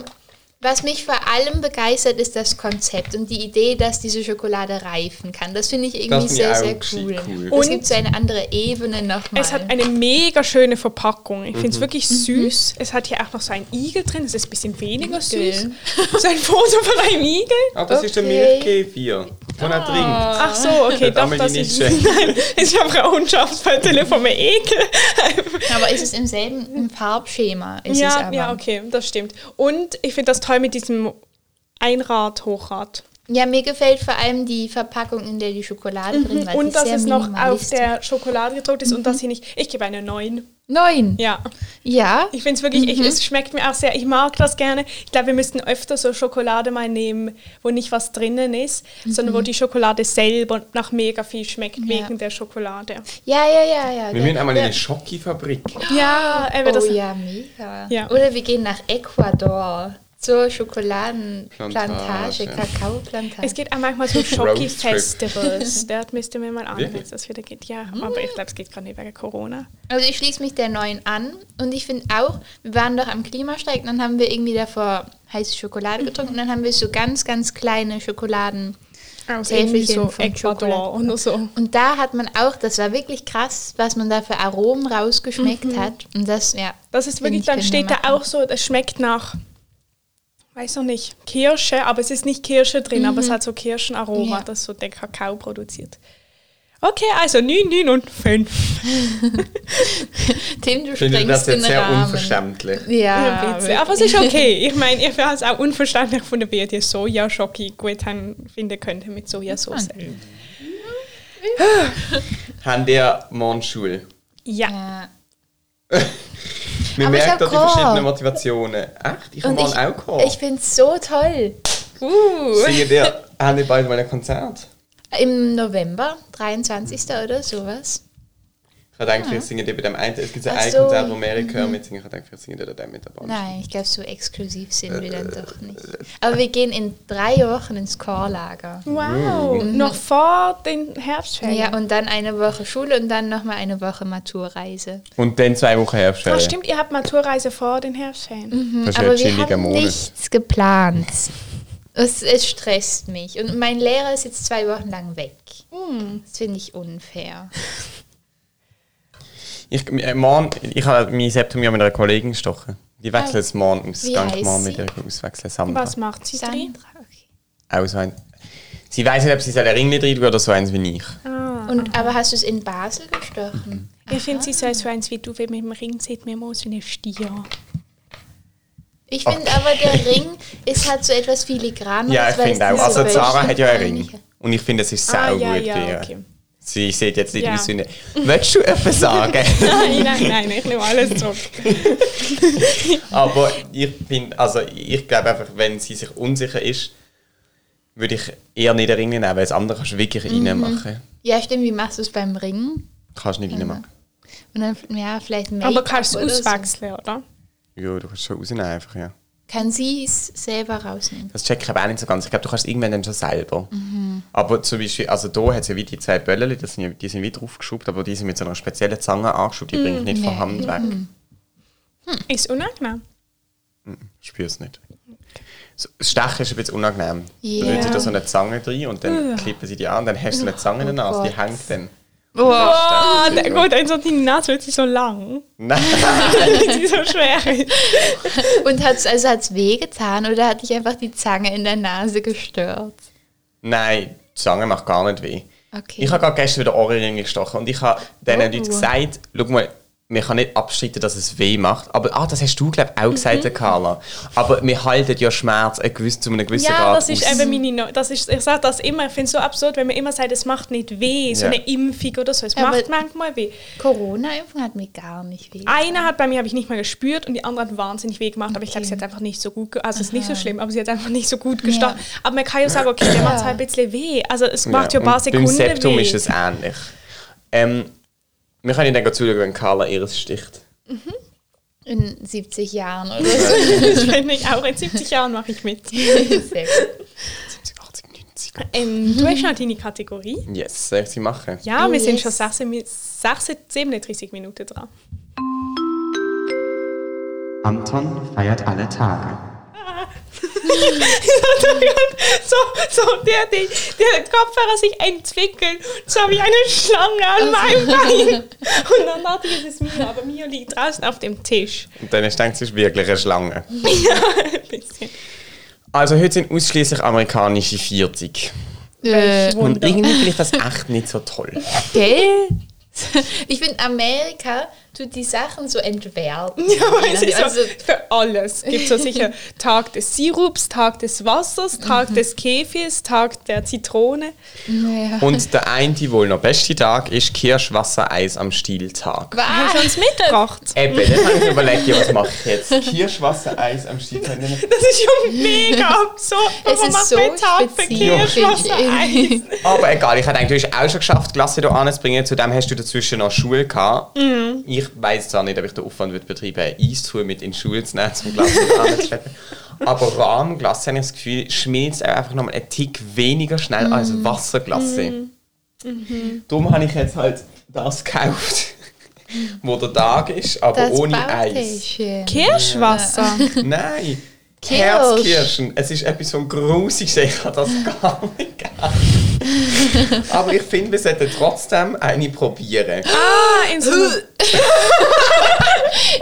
[SPEAKER 2] was mich vor allem begeistert, ist das Konzept und die Idee, dass diese Schokolade reifen kann. Das finde ich irgendwie
[SPEAKER 3] finde ich
[SPEAKER 2] sehr,
[SPEAKER 3] auch
[SPEAKER 2] sehr
[SPEAKER 3] gescheit
[SPEAKER 2] cool.
[SPEAKER 3] cool.
[SPEAKER 2] Es
[SPEAKER 1] Und-
[SPEAKER 2] gibt so eine andere Ebene nochmal.
[SPEAKER 1] Es hat eine mega schöne Verpackung. Ich finde
[SPEAKER 3] Mhm.
[SPEAKER 1] es wirklich
[SPEAKER 2] Mhm.
[SPEAKER 1] süß. Es hat hier auch noch so einen Igel drin. Es ist ein bisschen weniger süß.
[SPEAKER 2] Igel.
[SPEAKER 1] So ein Foto von einem Igel.
[SPEAKER 3] Ah, das ist der
[SPEAKER 2] Okay. Ah.
[SPEAKER 3] Milchkäfer, den er trinkt.
[SPEAKER 1] Ach so, okay,
[SPEAKER 3] Darf
[SPEAKER 1] doch,
[SPEAKER 3] man
[SPEAKER 1] das
[SPEAKER 3] die nicht
[SPEAKER 1] ist,
[SPEAKER 3] schenken?
[SPEAKER 1] nein, ist ja Braunschaftsparzelle vom Ekel.
[SPEAKER 2] Aber ist es im selben im Farbschema? Ist es
[SPEAKER 1] ja,
[SPEAKER 2] aber.
[SPEAKER 1] ja, okay, das stimmt. Und ich finde das toll mit diesem Einrad, Hochrad.
[SPEAKER 2] ja, mir gefällt vor allem die Verpackung, in der die Schokolade drin war.
[SPEAKER 1] Mhm,
[SPEAKER 2] Die
[SPEAKER 1] und
[SPEAKER 2] ist
[SPEAKER 1] dass
[SPEAKER 2] sehr
[SPEAKER 1] es noch auf
[SPEAKER 2] minimalistisch. Mhm.
[SPEAKER 1] der Schokolade gedruckt ist und dass sie nicht. Ich gebe eine 9.
[SPEAKER 2] Neun.
[SPEAKER 1] Ja.
[SPEAKER 2] Ja.
[SPEAKER 1] Ich finde es wirklich, ich, es schmeckt mir auch sehr, ich mag das gerne. Ich glaube, wir müssten öfter so Schokolade mal nehmen, wo nicht was drinnen ist, sondern wo die Schokolade selber nach mega viel schmeckt, wegen der Schokolade.
[SPEAKER 2] Ja, ja, ja, ja. genau.
[SPEAKER 3] Wir
[SPEAKER 2] gell.
[SPEAKER 3] müssen einmal in
[SPEAKER 2] ja.
[SPEAKER 3] eine Schokifabrik.
[SPEAKER 1] Ja, äh,
[SPEAKER 2] Oh
[SPEAKER 1] das,
[SPEAKER 2] ja, mega.
[SPEAKER 1] Ja.
[SPEAKER 2] Oder wir gehen nach Ecuador zur Schokoladenplantage,
[SPEAKER 3] Plantage.
[SPEAKER 2] Kakaoplantage.
[SPEAKER 1] es geht auch manchmal so Schoki-Festivals. Dort müsste mir mal an, wenn
[SPEAKER 3] Wirklich?
[SPEAKER 1] es das wieder geht. Ja, aber ich glaube, es geht gerade nicht wegen Corona.
[SPEAKER 2] Also ich schließe mich der neuen an und ich finde auch, wir waren doch am Klimastreik, dann haben wir irgendwie davor heiße Schokolade getrunken und dann haben wir so ganz, ganz kleine Schokoladen.
[SPEAKER 1] Aus
[SPEAKER 2] Täfelchen
[SPEAKER 1] irgendwie so
[SPEAKER 2] von
[SPEAKER 1] Ecuador
[SPEAKER 2] Schokolade.
[SPEAKER 1] oder so.
[SPEAKER 2] Und da hat man auch, das war wirklich krass, was man da für Aromen rausgeschmeckt hat. Und das, ja.
[SPEAKER 1] Mhm. Das ist
[SPEAKER 2] find
[SPEAKER 1] wirklich,
[SPEAKER 2] ich,
[SPEAKER 1] dann
[SPEAKER 2] können wir
[SPEAKER 1] steht da
[SPEAKER 2] machen.
[SPEAKER 1] auch so, das schmeckt nach, weiß noch nicht, Kirsche, aber es ist nicht Kirsche drin, aber es hat so Kirschenaroma,
[SPEAKER 2] Mhm. Ja.
[SPEAKER 1] das so der Kakao produziert. Okay, also 9, 9 und 5.
[SPEAKER 2] Tim, du
[SPEAKER 3] Ich finde
[SPEAKER 2] sprengst
[SPEAKER 3] das jetzt
[SPEAKER 2] den
[SPEAKER 3] sehr
[SPEAKER 2] Rahmen.
[SPEAKER 3] unverständlich.
[SPEAKER 2] Ja,
[SPEAKER 1] aber es ist okay. Ich meine, ich wäre es auch unverständlich von der BRD
[SPEAKER 2] Ah,
[SPEAKER 1] Sojaschocki gut haben- finden könnte mit Sojasauce.
[SPEAKER 3] haben ihr Mondschule.
[SPEAKER 1] Ja.
[SPEAKER 2] Ja.
[SPEAKER 3] Man
[SPEAKER 2] Aber ich hab
[SPEAKER 3] merkt da die
[SPEAKER 2] Chor.
[SPEAKER 3] verschiedenen Motivationen. Echt? Ich habe
[SPEAKER 2] Und
[SPEAKER 3] mal
[SPEAKER 2] ich,
[SPEAKER 3] einen auch
[SPEAKER 2] ich finde es so toll. Uh.
[SPEAKER 3] Singen dir, haben wir beide mal ein Konzert?
[SPEAKER 2] Im November, 23.
[SPEAKER 3] Mhm.
[SPEAKER 2] oder sowas.
[SPEAKER 3] Ich habe gedacht, ich singe dir bei dem einen. Es gibt so
[SPEAKER 2] Ach
[SPEAKER 3] ein
[SPEAKER 2] so. Mhm.
[SPEAKER 3] Konzert, wo mehrere Chöre mitsingen. Ich habe gedacht, ich singe dir da mit dabei.
[SPEAKER 2] Nein, ich glaube, so exklusiv sind wir dann
[SPEAKER 3] Äh,
[SPEAKER 2] doch nicht. Aber wir gehen in drei Wochen ins Chorlager.
[SPEAKER 1] Wow. Mhm. Noch vor den Herbstferien.
[SPEAKER 2] Ja, und dann eine Woche Schule und dann nochmal eine Woche Maturreise.
[SPEAKER 3] Und dann zwei Wochen
[SPEAKER 1] Ah,
[SPEAKER 3] Herbstferien.
[SPEAKER 1] stimmt, ihr habt Maturreise vor den Herbstferien.
[SPEAKER 3] Das ist ja
[SPEAKER 2] Aber
[SPEAKER 3] ein
[SPEAKER 2] wir
[SPEAKER 3] chilliger
[SPEAKER 2] haben
[SPEAKER 3] Monat.
[SPEAKER 2] nichts geplant. Es, es stresst mich. Und mein Lehrer ist jetzt zwei Wochen lang weg. Das finde ich unfair.
[SPEAKER 3] Ich, äh, morgen, ich habe mein Septum ja mit einer Kollegin gestochen.
[SPEAKER 1] Äh,
[SPEAKER 3] Die wechseln es morgen aus.
[SPEAKER 2] Wie
[SPEAKER 3] Gehe ich
[SPEAKER 2] heisst
[SPEAKER 3] morgen mit
[SPEAKER 2] sie?
[SPEAKER 3] ihr auswechseln. Sandra.
[SPEAKER 1] Was macht sie drin?
[SPEAKER 2] Sandra, okay.
[SPEAKER 3] Also ein, sie weiß nicht, ob sie einen Ring nicht rein tut oder so eins wie ich.
[SPEAKER 1] Ah,
[SPEAKER 2] Und, aber hast du es in Basel gestochen?
[SPEAKER 1] Ich finde, sie soll so eins wie du, wenn mit dem Ring sieht, mir muss eine Stier.
[SPEAKER 2] Ich finde aber, der Ring ist halt so etwas filigraner.
[SPEAKER 3] Ja, ich
[SPEAKER 2] weil es
[SPEAKER 3] finde auch.
[SPEAKER 2] diese
[SPEAKER 3] Also Sarah
[SPEAKER 2] Böllchen
[SPEAKER 3] hat ja einen
[SPEAKER 2] eigentlich-
[SPEAKER 3] Ring. Und ich finde, es ist sehr
[SPEAKER 1] Ah, ja,
[SPEAKER 3] gut.
[SPEAKER 1] ja,
[SPEAKER 3] bei ihr.
[SPEAKER 1] okay.
[SPEAKER 3] Sie sieht jetzt nicht
[SPEAKER 1] Ja.
[SPEAKER 3] aus wie eine... Willst du etwas sagen?
[SPEAKER 1] Nein, nein, nein, ich nehme alles zurück.
[SPEAKER 3] Aber ich finde, also ich glaube einfach, wenn sie sich unsicher ist, würde ich eher nicht einen Ring nehmen, weil das andere kannst du wirklich
[SPEAKER 1] Mhm.
[SPEAKER 3] reinmachen.
[SPEAKER 2] Ja, stimmt. Wie machst du es beim Ring?
[SPEAKER 3] Kannst du nicht reinmachen.
[SPEAKER 2] Und dann, ja, vielleicht ein
[SPEAKER 1] Aber
[SPEAKER 2] Make-up
[SPEAKER 1] kannst du
[SPEAKER 2] oder
[SPEAKER 1] es
[SPEAKER 2] so.
[SPEAKER 1] auswechseln, oder?
[SPEAKER 3] Ja, du kannst schon rausnehmen einfach, ja.
[SPEAKER 2] Kann sie es selber rausnehmen?
[SPEAKER 3] Das checke ich aber auch nicht so ganz. Ich glaube, du kannst es irgendwann dann schon selber. Aber zum Beispiel, also da hat es ja wie die zwei Böllchen, die sind, ja- die sind wie draufgeschraubt, aber die sind mit so einer speziellen Zange angeschraubt, die bringe ich nicht von Hand weg.
[SPEAKER 1] Ist unangenehm.
[SPEAKER 3] Ich spüre es nicht. So, Das Stechen ist ein bisschen unangenehm.
[SPEAKER 2] Ja.
[SPEAKER 3] Da tun sie da so eine Zange rein und dann klippen sie die an und dann hast du so eine Zange in der Nase, die
[SPEAKER 2] Gott.
[SPEAKER 3] hängt dann.
[SPEAKER 1] Oh,
[SPEAKER 3] Stechen.
[SPEAKER 1] der, gut, dann so die Nase wird sie so lang,
[SPEAKER 3] Nein.
[SPEAKER 1] weil sie so schwer ist.
[SPEAKER 2] Und hat es also hat's wehgetan oder hat dich einfach die Zange in der Nase gestört?
[SPEAKER 3] Nein, die Zange macht gar nicht weh.
[SPEAKER 2] Okay.
[SPEAKER 3] Ich habe gerade gestern wieder Ohrringe gestochen und ich habe den
[SPEAKER 1] Oh.
[SPEAKER 3] Leuten gesagt, schau mal, man kann nicht abstreiten, dass es weh macht. Aber ah, das hast du, glaube ich, auch
[SPEAKER 1] Mhm.
[SPEAKER 3] gesagt, Carla. Aber wir halten ja Schmerz ein gewiss, zu einem gewissen
[SPEAKER 1] Ja,
[SPEAKER 3] Grad
[SPEAKER 1] das ist ähm,
[SPEAKER 3] aus.
[SPEAKER 1] eben meine Neu das ist, Ich sage das immer, ich finde es so absurd, wenn man immer sagt, es macht nicht weh, so
[SPEAKER 3] Ja.
[SPEAKER 1] eine Impfung oder so. Es
[SPEAKER 2] Aber-
[SPEAKER 1] macht manchmal weh.
[SPEAKER 2] Corona-Impfung hat mir gar nicht weh.
[SPEAKER 1] Eine hat bei mir, habe ich nicht mal gespürt und die andere hat wahnsinnig weh gemacht, aber ich glaube, sie hat einfach nicht so gut, ge- also es ist nicht so schlimm, aber sie hat einfach nicht so gut gestochen. Aber man kann ja sagen, okay, der macht zwar ein bisschen weh, also es macht ja, ein paar
[SPEAKER 3] und
[SPEAKER 1] Sekunden
[SPEAKER 3] Beim Septum
[SPEAKER 1] weh.
[SPEAKER 3] ist es ähnlich. Ähm, wir können dann gerade zuschauen, wenn Carla ihres sticht.
[SPEAKER 2] In 70 Jahren oder so.
[SPEAKER 1] das finde ich auch, in 70 Jahren mache ich mit.
[SPEAKER 2] Sehr gut.
[SPEAKER 3] 70, 80, 90.
[SPEAKER 1] Ähm, du hast noch deine Kategorie?
[SPEAKER 3] Yes, soll ich sie machen?
[SPEAKER 1] Ja,
[SPEAKER 2] Oh,
[SPEAKER 1] wir sind
[SPEAKER 2] yes.
[SPEAKER 1] schon 36 36, 37 Minuten dran.
[SPEAKER 5] Anton feiert alle Tage.
[SPEAKER 1] so, so der, Ding, der Kopfhörer sich entwickelt. So habe ich eine Schlange an
[SPEAKER 2] Also.
[SPEAKER 1] meinem Bein. Und dann dachte ich, es ist Mio, aber Mio liegt draußen auf dem Tisch.
[SPEAKER 3] Und dann denkt sie, es ist wirklich eine Schlange.
[SPEAKER 1] Ja, ein bisschen.
[SPEAKER 3] Also heute sind ausschließlich amerikanische 40.
[SPEAKER 2] Äh,
[SPEAKER 3] Und irgendwie finde ich das echt nicht so toll.
[SPEAKER 2] gell? Ich finde, Amerika tut die Sachen so entwerten.
[SPEAKER 1] Ja, aber es ist
[SPEAKER 2] Also-
[SPEAKER 1] so, für alles. Es gibt so sicher Tag des Sirups, Tag des Wassers, Tag des Käfis, Tag der Zitrone.
[SPEAKER 3] Und der eine wohl noch beste Tag ist Kirschwassereis am Stieltag.
[SPEAKER 1] Hast du uns mitgebracht?
[SPEAKER 3] Eben, dann habe ich überlegt, ja, was mache ich jetzt? Kirschwassereis am Stieltag.
[SPEAKER 1] Das ist ja mega absurd.
[SPEAKER 2] Es
[SPEAKER 1] Man
[SPEAKER 2] ist
[SPEAKER 1] macht
[SPEAKER 2] so
[SPEAKER 1] einen Tag für
[SPEAKER 2] spezifisch.
[SPEAKER 1] Kirschwassereis.
[SPEAKER 3] Aber egal, ich habe gedacht, du hast auch schon geschafft, die Klasse hier anzubringen. Zudem hast du dazwischen noch Schule gehabt. Ich weiß zwar nicht, ob ich den Aufwand würde betreiben würde, Eis zu holen, mit in die Schule zu nehmen, zum Klasse hier anzuschleppen. Aber Rahmglasse, habe ich das Gefühl, schmilzt auch einfach nochmal einen Tick weniger schnell als Wasserglasse. Darum habe ich jetzt halt das gekauft, wo der Tag ist, aber
[SPEAKER 2] Das
[SPEAKER 3] ohne Eis.
[SPEAKER 2] Baudäschchen.
[SPEAKER 1] Kirschwasser.
[SPEAKER 3] Nein.
[SPEAKER 2] Kirsch.
[SPEAKER 3] Herzkirschen. Es ist etwas so Grusiges, ich habe das gar nicht gern. Aber ich finde, wir sollten trotzdem eine probieren.
[SPEAKER 1] Ah, in so einem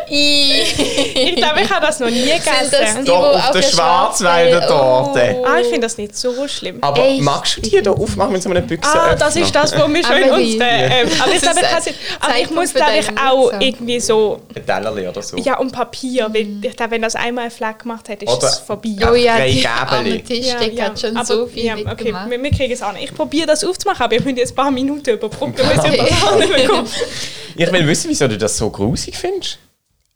[SPEAKER 2] ich
[SPEAKER 1] Ich glaube, ich habe das noch nie
[SPEAKER 2] das
[SPEAKER 1] gegessen.
[SPEAKER 2] die-
[SPEAKER 3] Hier
[SPEAKER 2] wo
[SPEAKER 3] auf
[SPEAKER 2] auf
[SPEAKER 3] der
[SPEAKER 2] der Oh.
[SPEAKER 3] Schwarzwälder Torte.
[SPEAKER 1] Ah, ich finde das nicht so schlimm.
[SPEAKER 3] Aber
[SPEAKER 2] Echt?
[SPEAKER 3] magst du die hier aufmachen mit so einer Büchse?
[SPEAKER 1] Ah, das ist das, wo wir schon in
[SPEAKER 2] Aber
[SPEAKER 1] uns...
[SPEAKER 2] die-
[SPEAKER 1] Äh, ähm, aber ich
[SPEAKER 2] Das ist
[SPEAKER 1] glaube, ich
[SPEAKER 2] ein
[SPEAKER 1] kann es- aber ich
[SPEAKER 2] Zeichen
[SPEAKER 1] muss,
[SPEAKER 2] für
[SPEAKER 1] glaube ich,
[SPEAKER 2] deinen
[SPEAKER 1] auch
[SPEAKER 2] Nutzen.
[SPEAKER 1] irgendwie so...
[SPEAKER 3] Ein Tellerli oder so.
[SPEAKER 1] Ja, und Papier, weil ich glaube, wenn das einmal ein Fleck gemacht hat, ist
[SPEAKER 3] Oder-
[SPEAKER 1] es vorbei.
[SPEAKER 3] Ja,
[SPEAKER 2] Oh Mhm. ja,
[SPEAKER 3] drei
[SPEAKER 2] die
[SPEAKER 3] Gäbeli.
[SPEAKER 2] arme Tischdecke hat schon
[SPEAKER 1] aber-
[SPEAKER 2] so viel
[SPEAKER 1] ja, okay,
[SPEAKER 2] mitgemacht.
[SPEAKER 1] wir, wir kriegen es an. Ich probiere das aufzumachen, aber ich müssen jetzt ein paar Minuten überbrücken, bis ich das anbekomme.
[SPEAKER 3] Ich will wissen, wieso du das so grusig findest.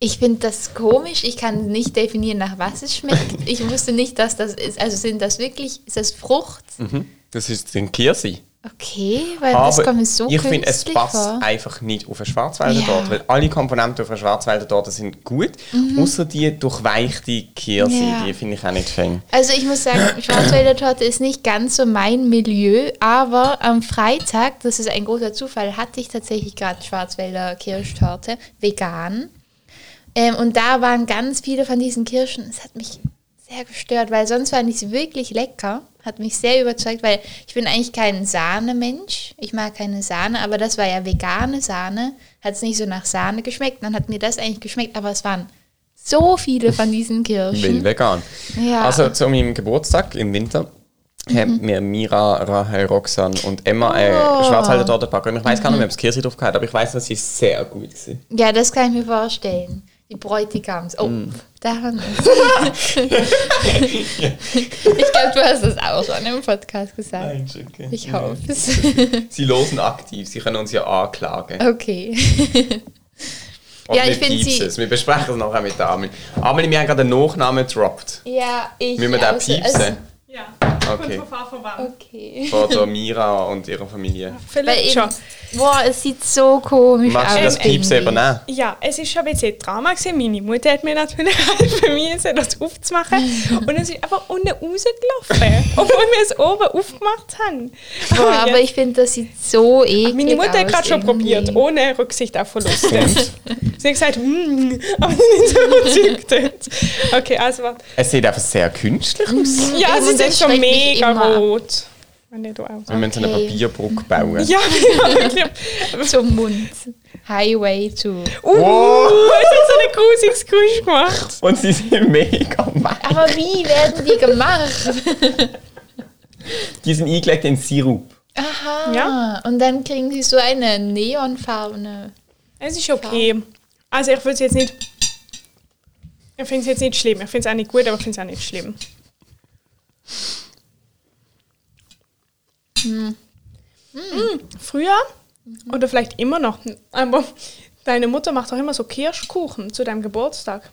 [SPEAKER 2] Ich finde das komisch. Ich kann nicht definieren, nach was es schmeckt. Ich wusste nicht, dass das ist. Also sind das wirklich, ist das Frucht?
[SPEAKER 3] Hm. Das ist ein Kirsi.
[SPEAKER 2] Okay, weil das kommt mir so
[SPEAKER 3] ich finde, es
[SPEAKER 2] künstlich
[SPEAKER 3] passt
[SPEAKER 2] vor.
[SPEAKER 3] einfach nicht auf eine Schwarzwälder
[SPEAKER 2] Ja.
[SPEAKER 3] Torte, weil alle Komponenten auf einer Schwarzwälder Torte sind gut, außer die durchweichte Kirsi,
[SPEAKER 2] Mhm. Ja.
[SPEAKER 3] die finde ich auch nicht fein.
[SPEAKER 2] Also ich muss sagen, Schwarzwälder Torte ist nicht ganz so mein Milieu, aber am Freitag, das ist ein großer Zufall, hatte ich tatsächlich gerade Schwarzwälder Kirschtorte, vegan. Ähm, und da waren ganz viele von diesen Kirschen. Es hat mich sehr gestört, weil sonst waren die wirklich lecker. Hat mich sehr überzeugt, weil ich bin eigentlich kein Sahnemensch. Ich mag keine Sahne, aber das war ja vegane Sahne. Hat es nicht so nach Sahne geschmeckt. Dann hat mir das eigentlich geschmeckt, aber es waren so viele von diesen
[SPEAKER 3] Will
[SPEAKER 2] Kirschen.
[SPEAKER 3] vegan.
[SPEAKER 2] Hm. Ja. Mhm.
[SPEAKER 3] Also zu meinem Geburtstag im Winter haben mir Mira, Rahel, Roxanne und Emma äh,
[SPEAKER 2] Oh. Mhm.
[SPEAKER 3] Schwarzwälder Torte gebacken. Und ich weiß gar nicht mehr, ob es Kirsi drauf gehabt, aber ich weiß, dass sie sehr gut war.
[SPEAKER 2] Ja, das kann ich mir vorstellen. Die Bräutigams. Oh,
[SPEAKER 3] Hm.
[SPEAKER 2] daran. ich glaube, du hast das auch schon im Podcast gesagt. Ich hoffe es.
[SPEAKER 3] Mhm. Sie losen aktiv, sie können uns ja anklagen.
[SPEAKER 2] Okay.
[SPEAKER 3] Und
[SPEAKER 2] Ja,
[SPEAKER 3] wir
[SPEAKER 2] ich find
[SPEAKER 3] piepsen
[SPEAKER 2] sie-
[SPEAKER 3] es. Wir besprechen es nachher mit der Amelie. Amelie, wir haben gerade einen Nachnamen gedroppt.
[SPEAKER 2] Ja, ich.
[SPEAKER 3] Müssen wir da
[SPEAKER 2] also-
[SPEAKER 3] piepsen?
[SPEAKER 1] Ja,
[SPEAKER 3] Okay.
[SPEAKER 2] Also, okay.
[SPEAKER 3] Von der Mira und ihrer Familie.
[SPEAKER 2] Weil
[SPEAKER 1] Vielleicht schon.
[SPEAKER 2] eben, boah, es sieht so komisch
[SPEAKER 3] Magst
[SPEAKER 2] aus.
[SPEAKER 3] du das Piepsen
[SPEAKER 2] finde ich.
[SPEAKER 3] übernehmen?
[SPEAKER 1] Ja, es war schon ein bisschen ein Drama. Gewesen. Meine Mutter hat mir natürlich halt helfen müssen, das aufzumachen. Und es ist einfach unten rausgelaufen, obwohl wir es oben aufgemacht haben.
[SPEAKER 2] Boah,
[SPEAKER 1] Oh, ja.
[SPEAKER 2] aber ich finde, das sieht so eklig aus.
[SPEAKER 1] meine Mutter hat gerade schon
[SPEAKER 2] irgendwie.
[SPEAKER 1] probiert, Oh. ohne Rücksicht auf Verlust.
[SPEAKER 3] Und
[SPEAKER 1] Sie hat gesagt, mm, aber nicht so überzeugt. hat. Okay, also warte.
[SPEAKER 3] es sieht einfach sehr künstlich aus.
[SPEAKER 1] Ja, sie
[SPEAKER 2] und
[SPEAKER 1] sind
[SPEAKER 2] das
[SPEAKER 1] schon
[SPEAKER 2] schreckt mich
[SPEAKER 1] mega
[SPEAKER 2] immer ab.
[SPEAKER 1] rot. Wenn nicht du auch.
[SPEAKER 3] Wir müssen eine
[SPEAKER 2] Okay.
[SPEAKER 3] Papierbrücke bauen.
[SPEAKER 1] Ja, wirklich.
[SPEAKER 2] Zum Mund. Highway to.
[SPEAKER 1] Uh,
[SPEAKER 3] Wow.
[SPEAKER 1] es hat so ein grusiges Geräusch gemacht.
[SPEAKER 3] Und sie sind mega weich.
[SPEAKER 2] Aber wie werden die gemacht?
[SPEAKER 3] Die sind eingelegt in Sirup.
[SPEAKER 2] Aha.
[SPEAKER 1] Ja.
[SPEAKER 2] Und dann kriegen sie so eine neonfarbene.
[SPEAKER 1] Es ist okay. Also ich würde es jetzt nicht... Ich finde es jetzt nicht schlimm. Ich finde es auch nicht gut, aber ich finde es auch nicht schlimm. Mm, Früher, oder vielleicht immer noch, aber deine Mutter macht auch immer so Kirschkuchen zu deinem Geburtstag.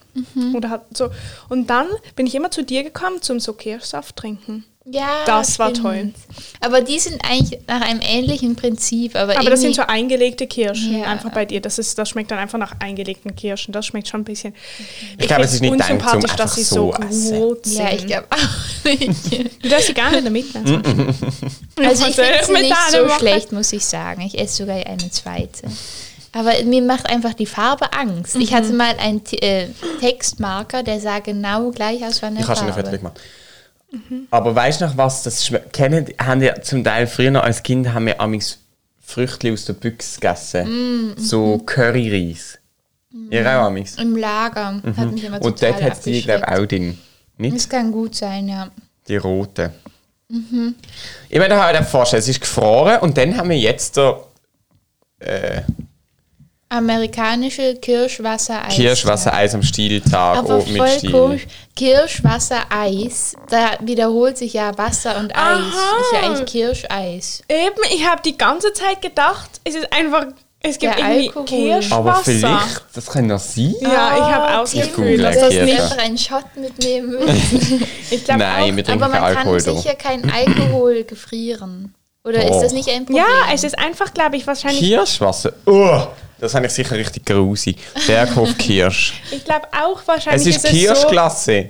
[SPEAKER 1] Oder hat so, und dann bin ich immer zu dir gekommen, zum so Kirschsaft trinken.
[SPEAKER 2] Ja,
[SPEAKER 1] Das war toll.
[SPEAKER 2] Aber die sind eigentlich nach einem ähnlichen Prinzip. Aber,
[SPEAKER 1] Aber das sind so
[SPEAKER 2] irgendwie-
[SPEAKER 1] eingelegte Kirschen,
[SPEAKER 2] Ja.
[SPEAKER 1] einfach bei dir. Das, ist, das schmeckt dann einfach nach eingelegten Kirschen. Das schmeckt schon ein bisschen. Ich,
[SPEAKER 3] glaube,
[SPEAKER 1] find's
[SPEAKER 3] es ist nicht gedacht,
[SPEAKER 1] unsympathisch,
[SPEAKER 3] zum
[SPEAKER 1] dass
[SPEAKER 3] einfach
[SPEAKER 1] sie
[SPEAKER 3] so
[SPEAKER 1] so
[SPEAKER 3] essen.
[SPEAKER 1] rot sind.
[SPEAKER 2] Ja, ich glaube auch nicht.
[SPEAKER 1] Du darfst sie gar nicht damit lassen.
[SPEAKER 3] Mhm.
[SPEAKER 2] Also ich finde sie nicht so
[SPEAKER 1] machen?
[SPEAKER 2] schlecht, muss ich sagen. Ich esse sogar eine zweite. Aber mir macht einfach die Farbe Angst. Ich
[SPEAKER 1] Mhm.
[SPEAKER 2] hatte mal einen T äh, Textmarker, der sah genau gleich aus von der
[SPEAKER 3] Ich habe schon
[SPEAKER 2] Farbe.
[SPEAKER 3] ein Viertel gemacht.
[SPEAKER 2] Mhm.
[SPEAKER 3] Aber weißt du noch was? Das schmeckt. Kennen haben ja zum Teil früher noch als Kind haben wir amix Früchte aus der Büchse
[SPEAKER 2] Mhm,
[SPEAKER 3] gegessen. So Curryreis. Ihr auch amix.
[SPEAKER 2] Im Lager hat mich immer
[SPEAKER 3] Mhm.
[SPEAKER 2] Mhm.
[SPEAKER 3] Und
[SPEAKER 2] total
[SPEAKER 3] dort hat es die, glaube
[SPEAKER 2] abgeschreckt.
[SPEAKER 3] ich, auch drin. Nicht?
[SPEAKER 2] Das kann gut sein, ja.
[SPEAKER 3] Die rote.
[SPEAKER 2] Mhm.
[SPEAKER 3] Ich meine, da habe ich mir vorstellen, es ist gefroren und dann haben wir jetzt so
[SPEAKER 2] Amerikanische Kirschwassereis.
[SPEAKER 3] Kirschwassereis am Stieltag
[SPEAKER 2] Aber
[SPEAKER 3] oben mit
[SPEAKER 2] voll
[SPEAKER 3] Stiel.
[SPEAKER 2] komisch. Kirschwassereis, da wiederholt sich ja Wasser und Eis.
[SPEAKER 1] Aha.
[SPEAKER 2] Ist ja eigentlich Kirscheis.
[SPEAKER 1] Eben, ich habe die ganze Zeit gedacht, es ist einfach, es gibt
[SPEAKER 2] Der
[SPEAKER 1] irgendwie
[SPEAKER 2] Alkohol.
[SPEAKER 1] Kirschwasser.
[SPEAKER 3] Aber vielleicht, das kann doch sein.
[SPEAKER 1] Ja, ich habe auch das
[SPEAKER 2] Ich
[SPEAKER 1] Gefühl,
[SPEAKER 3] google
[SPEAKER 1] dass
[SPEAKER 2] Dass
[SPEAKER 1] das
[SPEAKER 2] wir
[SPEAKER 3] Kirche.
[SPEAKER 1] nicht.
[SPEAKER 2] einfach einen Shot mitnehmen müssen.
[SPEAKER 1] Ich glaube
[SPEAKER 3] Nein,
[SPEAKER 1] auch.
[SPEAKER 3] wir trinken
[SPEAKER 2] Aber
[SPEAKER 3] keinen
[SPEAKER 2] man kann
[SPEAKER 3] Alkohol. da.
[SPEAKER 2] sicher keinen Alkohol gefrieren. Oder ist das
[SPEAKER 3] Doch.
[SPEAKER 2] nicht ein Problem?
[SPEAKER 1] Ja, es ist einfach, glaube ich, wahrscheinlich.
[SPEAKER 3] Kirschwasser. Oh, das habe ich sicher richtig grusig. Berghof Kirsch.
[SPEAKER 1] Ich glaube auch wahrscheinlich.
[SPEAKER 3] es ist
[SPEAKER 1] so-
[SPEAKER 3] Kirschglasse.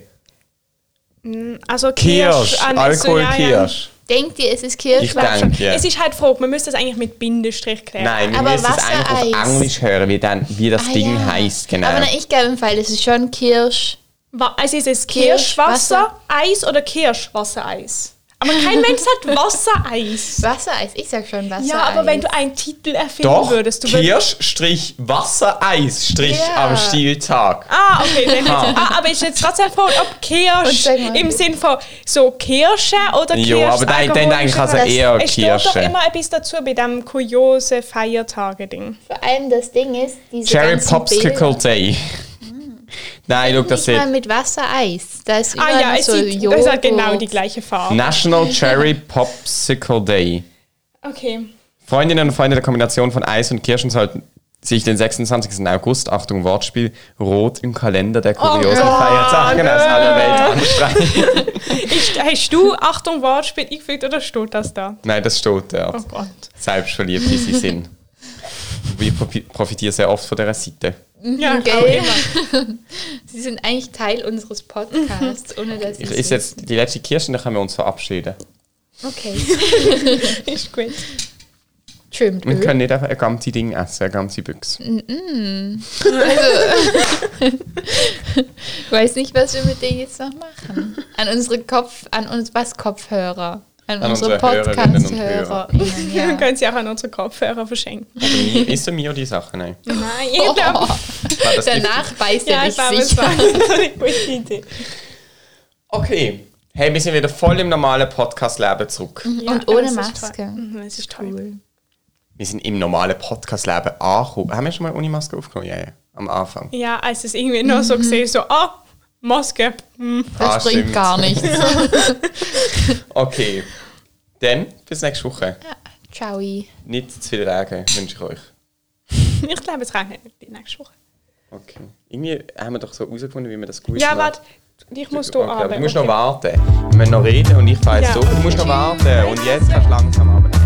[SPEAKER 1] Also Kirsch.
[SPEAKER 3] Kirsch.
[SPEAKER 1] an-
[SPEAKER 3] Alkohol
[SPEAKER 1] ja, ja.
[SPEAKER 3] Kirsch.
[SPEAKER 2] Denkt ihr, es ist
[SPEAKER 3] Ich
[SPEAKER 2] Kirschwasser?
[SPEAKER 1] Glaub schon.
[SPEAKER 3] denke.
[SPEAKER 1] Es ist halt Frage, man müsste das eigentlich mit Bindestrich klären.
[SPEAKER 3] Nein, wir
[SPEAKER 2] Aber
[SPEAKER 3] müssen es einfach auf
[SPEAKER 2] Wassereis.
[SPEAKER 3] Englisch hören, wie, dann, wie das
[SPEAKER 2] Ah,
[SPEAKER 3] Ding
[SPEAKER 2] ja.
[SPEAKER 3] heißt. Genau.
[SPEAKER 2] Aber na, ich glaube im Fall, es ist schon Kirsch.
[SPEAKER 1] Wa- Also ist es
[SPEAKER 2] Kirschwasser.
[SPEAKER 1] Kirschwasser, Eis oder Kirschwassereis? Aber kein Mensch sagt Wassereis.
[SPEAKER 2] Wassereis, ich sag schon Wassereis.
[SPEAKER 1] Ja, aber wenn du einen Titel erfinden
[SPEAKER 3] Doch,
[SPEAKER 1] würdest, du würdest.
[SPEAKER 3] Kirsch-Wassereis-Strich
[SPEAKER 2] Ja.
[SPEAKER 3] am Stieltag.
[SPEAKER 1] Ah, okay. Dann, ah, aber ist jetzt trotzdem gefragt, ob
[SPEAKER 2] Und
[SPEAKER 1] Kirsch
[SPEAKER 2] sag mal.
[SPEAKER 1] im Sinn von so Kirsche oder Kirsch.
[SPEAKER 3] Jo, aber dann, dann denke ich also
[SPEAKER 2] Das-
[SPEAKER 3] eher
[SPEAKER 1] Es steht doch
[SPEAKER 3] Kirsche.
[SPEAKER 1] immer etwas dazu bei diesem kuriosen Feiertage-Ding.
[SPEAKER 2] Vor allem das Ding ist, diese
[SPEAKER 3] Cherry
[SPEAKER 2] ganzen
[SPEAKER 3] Popsicle
[SPEAKER 2] Bilder-
[SPEAKER 3] Day. Nein, schau, das
[SPEAKER 2] Nicht mal
[SPEAKER 3] ist
[SPEAKER 2] mit Wassereis. Da ist
[SPEAKER 1] Ah
[SPEAKER 2] überall
[SPEAKER 1] ja,
[SPEAKER 2] noch
[SPEAKER 1] es
[SPEAKER 2] so
[SPEAKER 1] sieht,
[SPEAKER 2] Joghurt.
[SPEAKER 1] es hat genau die gleiche Farbe.
[SPEAKER 3] National Cherry Popsicle Day.
[SPEAKER 1] Okay.
[SPEAKER 3] Freundinnen und Freunde der Kombination von Eis und Kirschen sollten sich den 26. August, Achtung Wortspiel, rot im Kalender der kuriosen
[SPEAKER 1] Gott,
[SPEAKER 3] Feiertage aus aller Welt anstreichen.
[SPEAKER 1] Ist, hast du, Achtung, Wortspiel eingefügt oder steht das da?
[SPEAKER 3] Nein, das steht dort.
[SPEAKER 1] Oh Gott.
[SPEAKER 3] Selbstverliebt, wie sie sind. Wir profi- profitieren sehr oft von dieser Seite.
[SPEAKER 1] Ja,
[SPEAKER 2] gell?
[SPEAKER 1] auch immer.
[SPEAKER 2] Sie sind eigentlich Teil unseres Podcasts, ohne dass sie
[SPEAKER 3] Ich ist
[SPEAKER 2] sind.
[SPEAKER 3] jetzt die letzte Kirsche, dann können wir uns verabschieden.
[SPEAKER 2] Okay.
[SPEAKER 1] Ist gut.
[SPEAKER 2] Schön mit
[SPEAKER 3] Wir
[SPEAKER 2] Öl.
[SPEAKER 3] können nicht einfach ein ganzes Ding essen, eine ganze Büchse.
[SPEAKER 2] Ich weiß nicht, was wir mit denen jetzt noch machen. An unsere Kopf, an uns was Kopfhörer. An,
[SPEAKER 3] An
[SPEAKER 2] unsere
[SPEAKER 3] unsere Hörerinnen und
[SPEAKER 2] Podcast-Hörer.
[SPEAKER 1] Dann
[SPEAKER 2] Ja.
[SPEAKER 1] können sie auch an unsere Kopfhörer verschenken.
[SPEAKER 3] Also mir- Ist er mir die Sache? Nein.
[SPEAKER 1] Nein, ich glaube,
[SPEAKER 2] Oh,
[SPEAKER 3] War Genau. das
[SPEAKER 2] danach weiß
[SPEAKER 1] ja,
[SPEAKER 2] er
[SPEAKER 1] ich glaube,
[SPEAKER 2] nicht
[SPEAKER 1] es war
[SPEAKER 2] sicher.
[SPEAKER 1] nicht so eine gute Idee.
[SPEAKER 3] Okay. Hey, wir sind wieder voll im normalen Podcast-Leben zurück.
[SPEAKER 1] Ja,
[SPEAKER 2] Und ohne
[SPEAKER 1] es ist
[SPEAKER 2] Maske.
[SPEAKER 1] toll. Mhm, Es ist toll.
[SPEAKER 3] Wir sind im normalen Podcast-Leben angekommen. Haben wir schon mal ohne Maske aufgenommen? Ja, ja. Am Anfang.
[SPEAKER 1] Ja, als es irgendwie noch so gesehen so, ah, Maske. hm.
[SPEAKER 2] Das
[SPEAKER 3] Ah,
[SPEAKER 2] bringt
[SPEAKER 3] stimmt.
[SPEAKER 2] gar nichts.
[SPEAKER 3] Okay. Dann bis nächste Woche.
[SPEAKER 2] Ciao.
[SPEAKER 3] Nicht zu viel Regen, wünsche ich euch.
[SPEAKER 1] Ich glaube, es reicht nicht die nächste Woche.
[SPEAKER 3] Okay. Irgendwie haben wir doch so herausgefunden, wie man das gut
[SPEAKER 1] Ja,
[SPEAKER 3] macht.
[SPEAKER 1] warte, ich muss hier
[SPEAKER 3] Okay, aber
[SPEAKER 1] arbeiten.
[SPEAKER 3] du musst noch warten. Wir müssen noch reden und ich fahre jetzt
[SPEAKER 1] Ja.
[SPEAKER 3] so. Du musst noch warten und jetzt kannst du langsam arbeiten.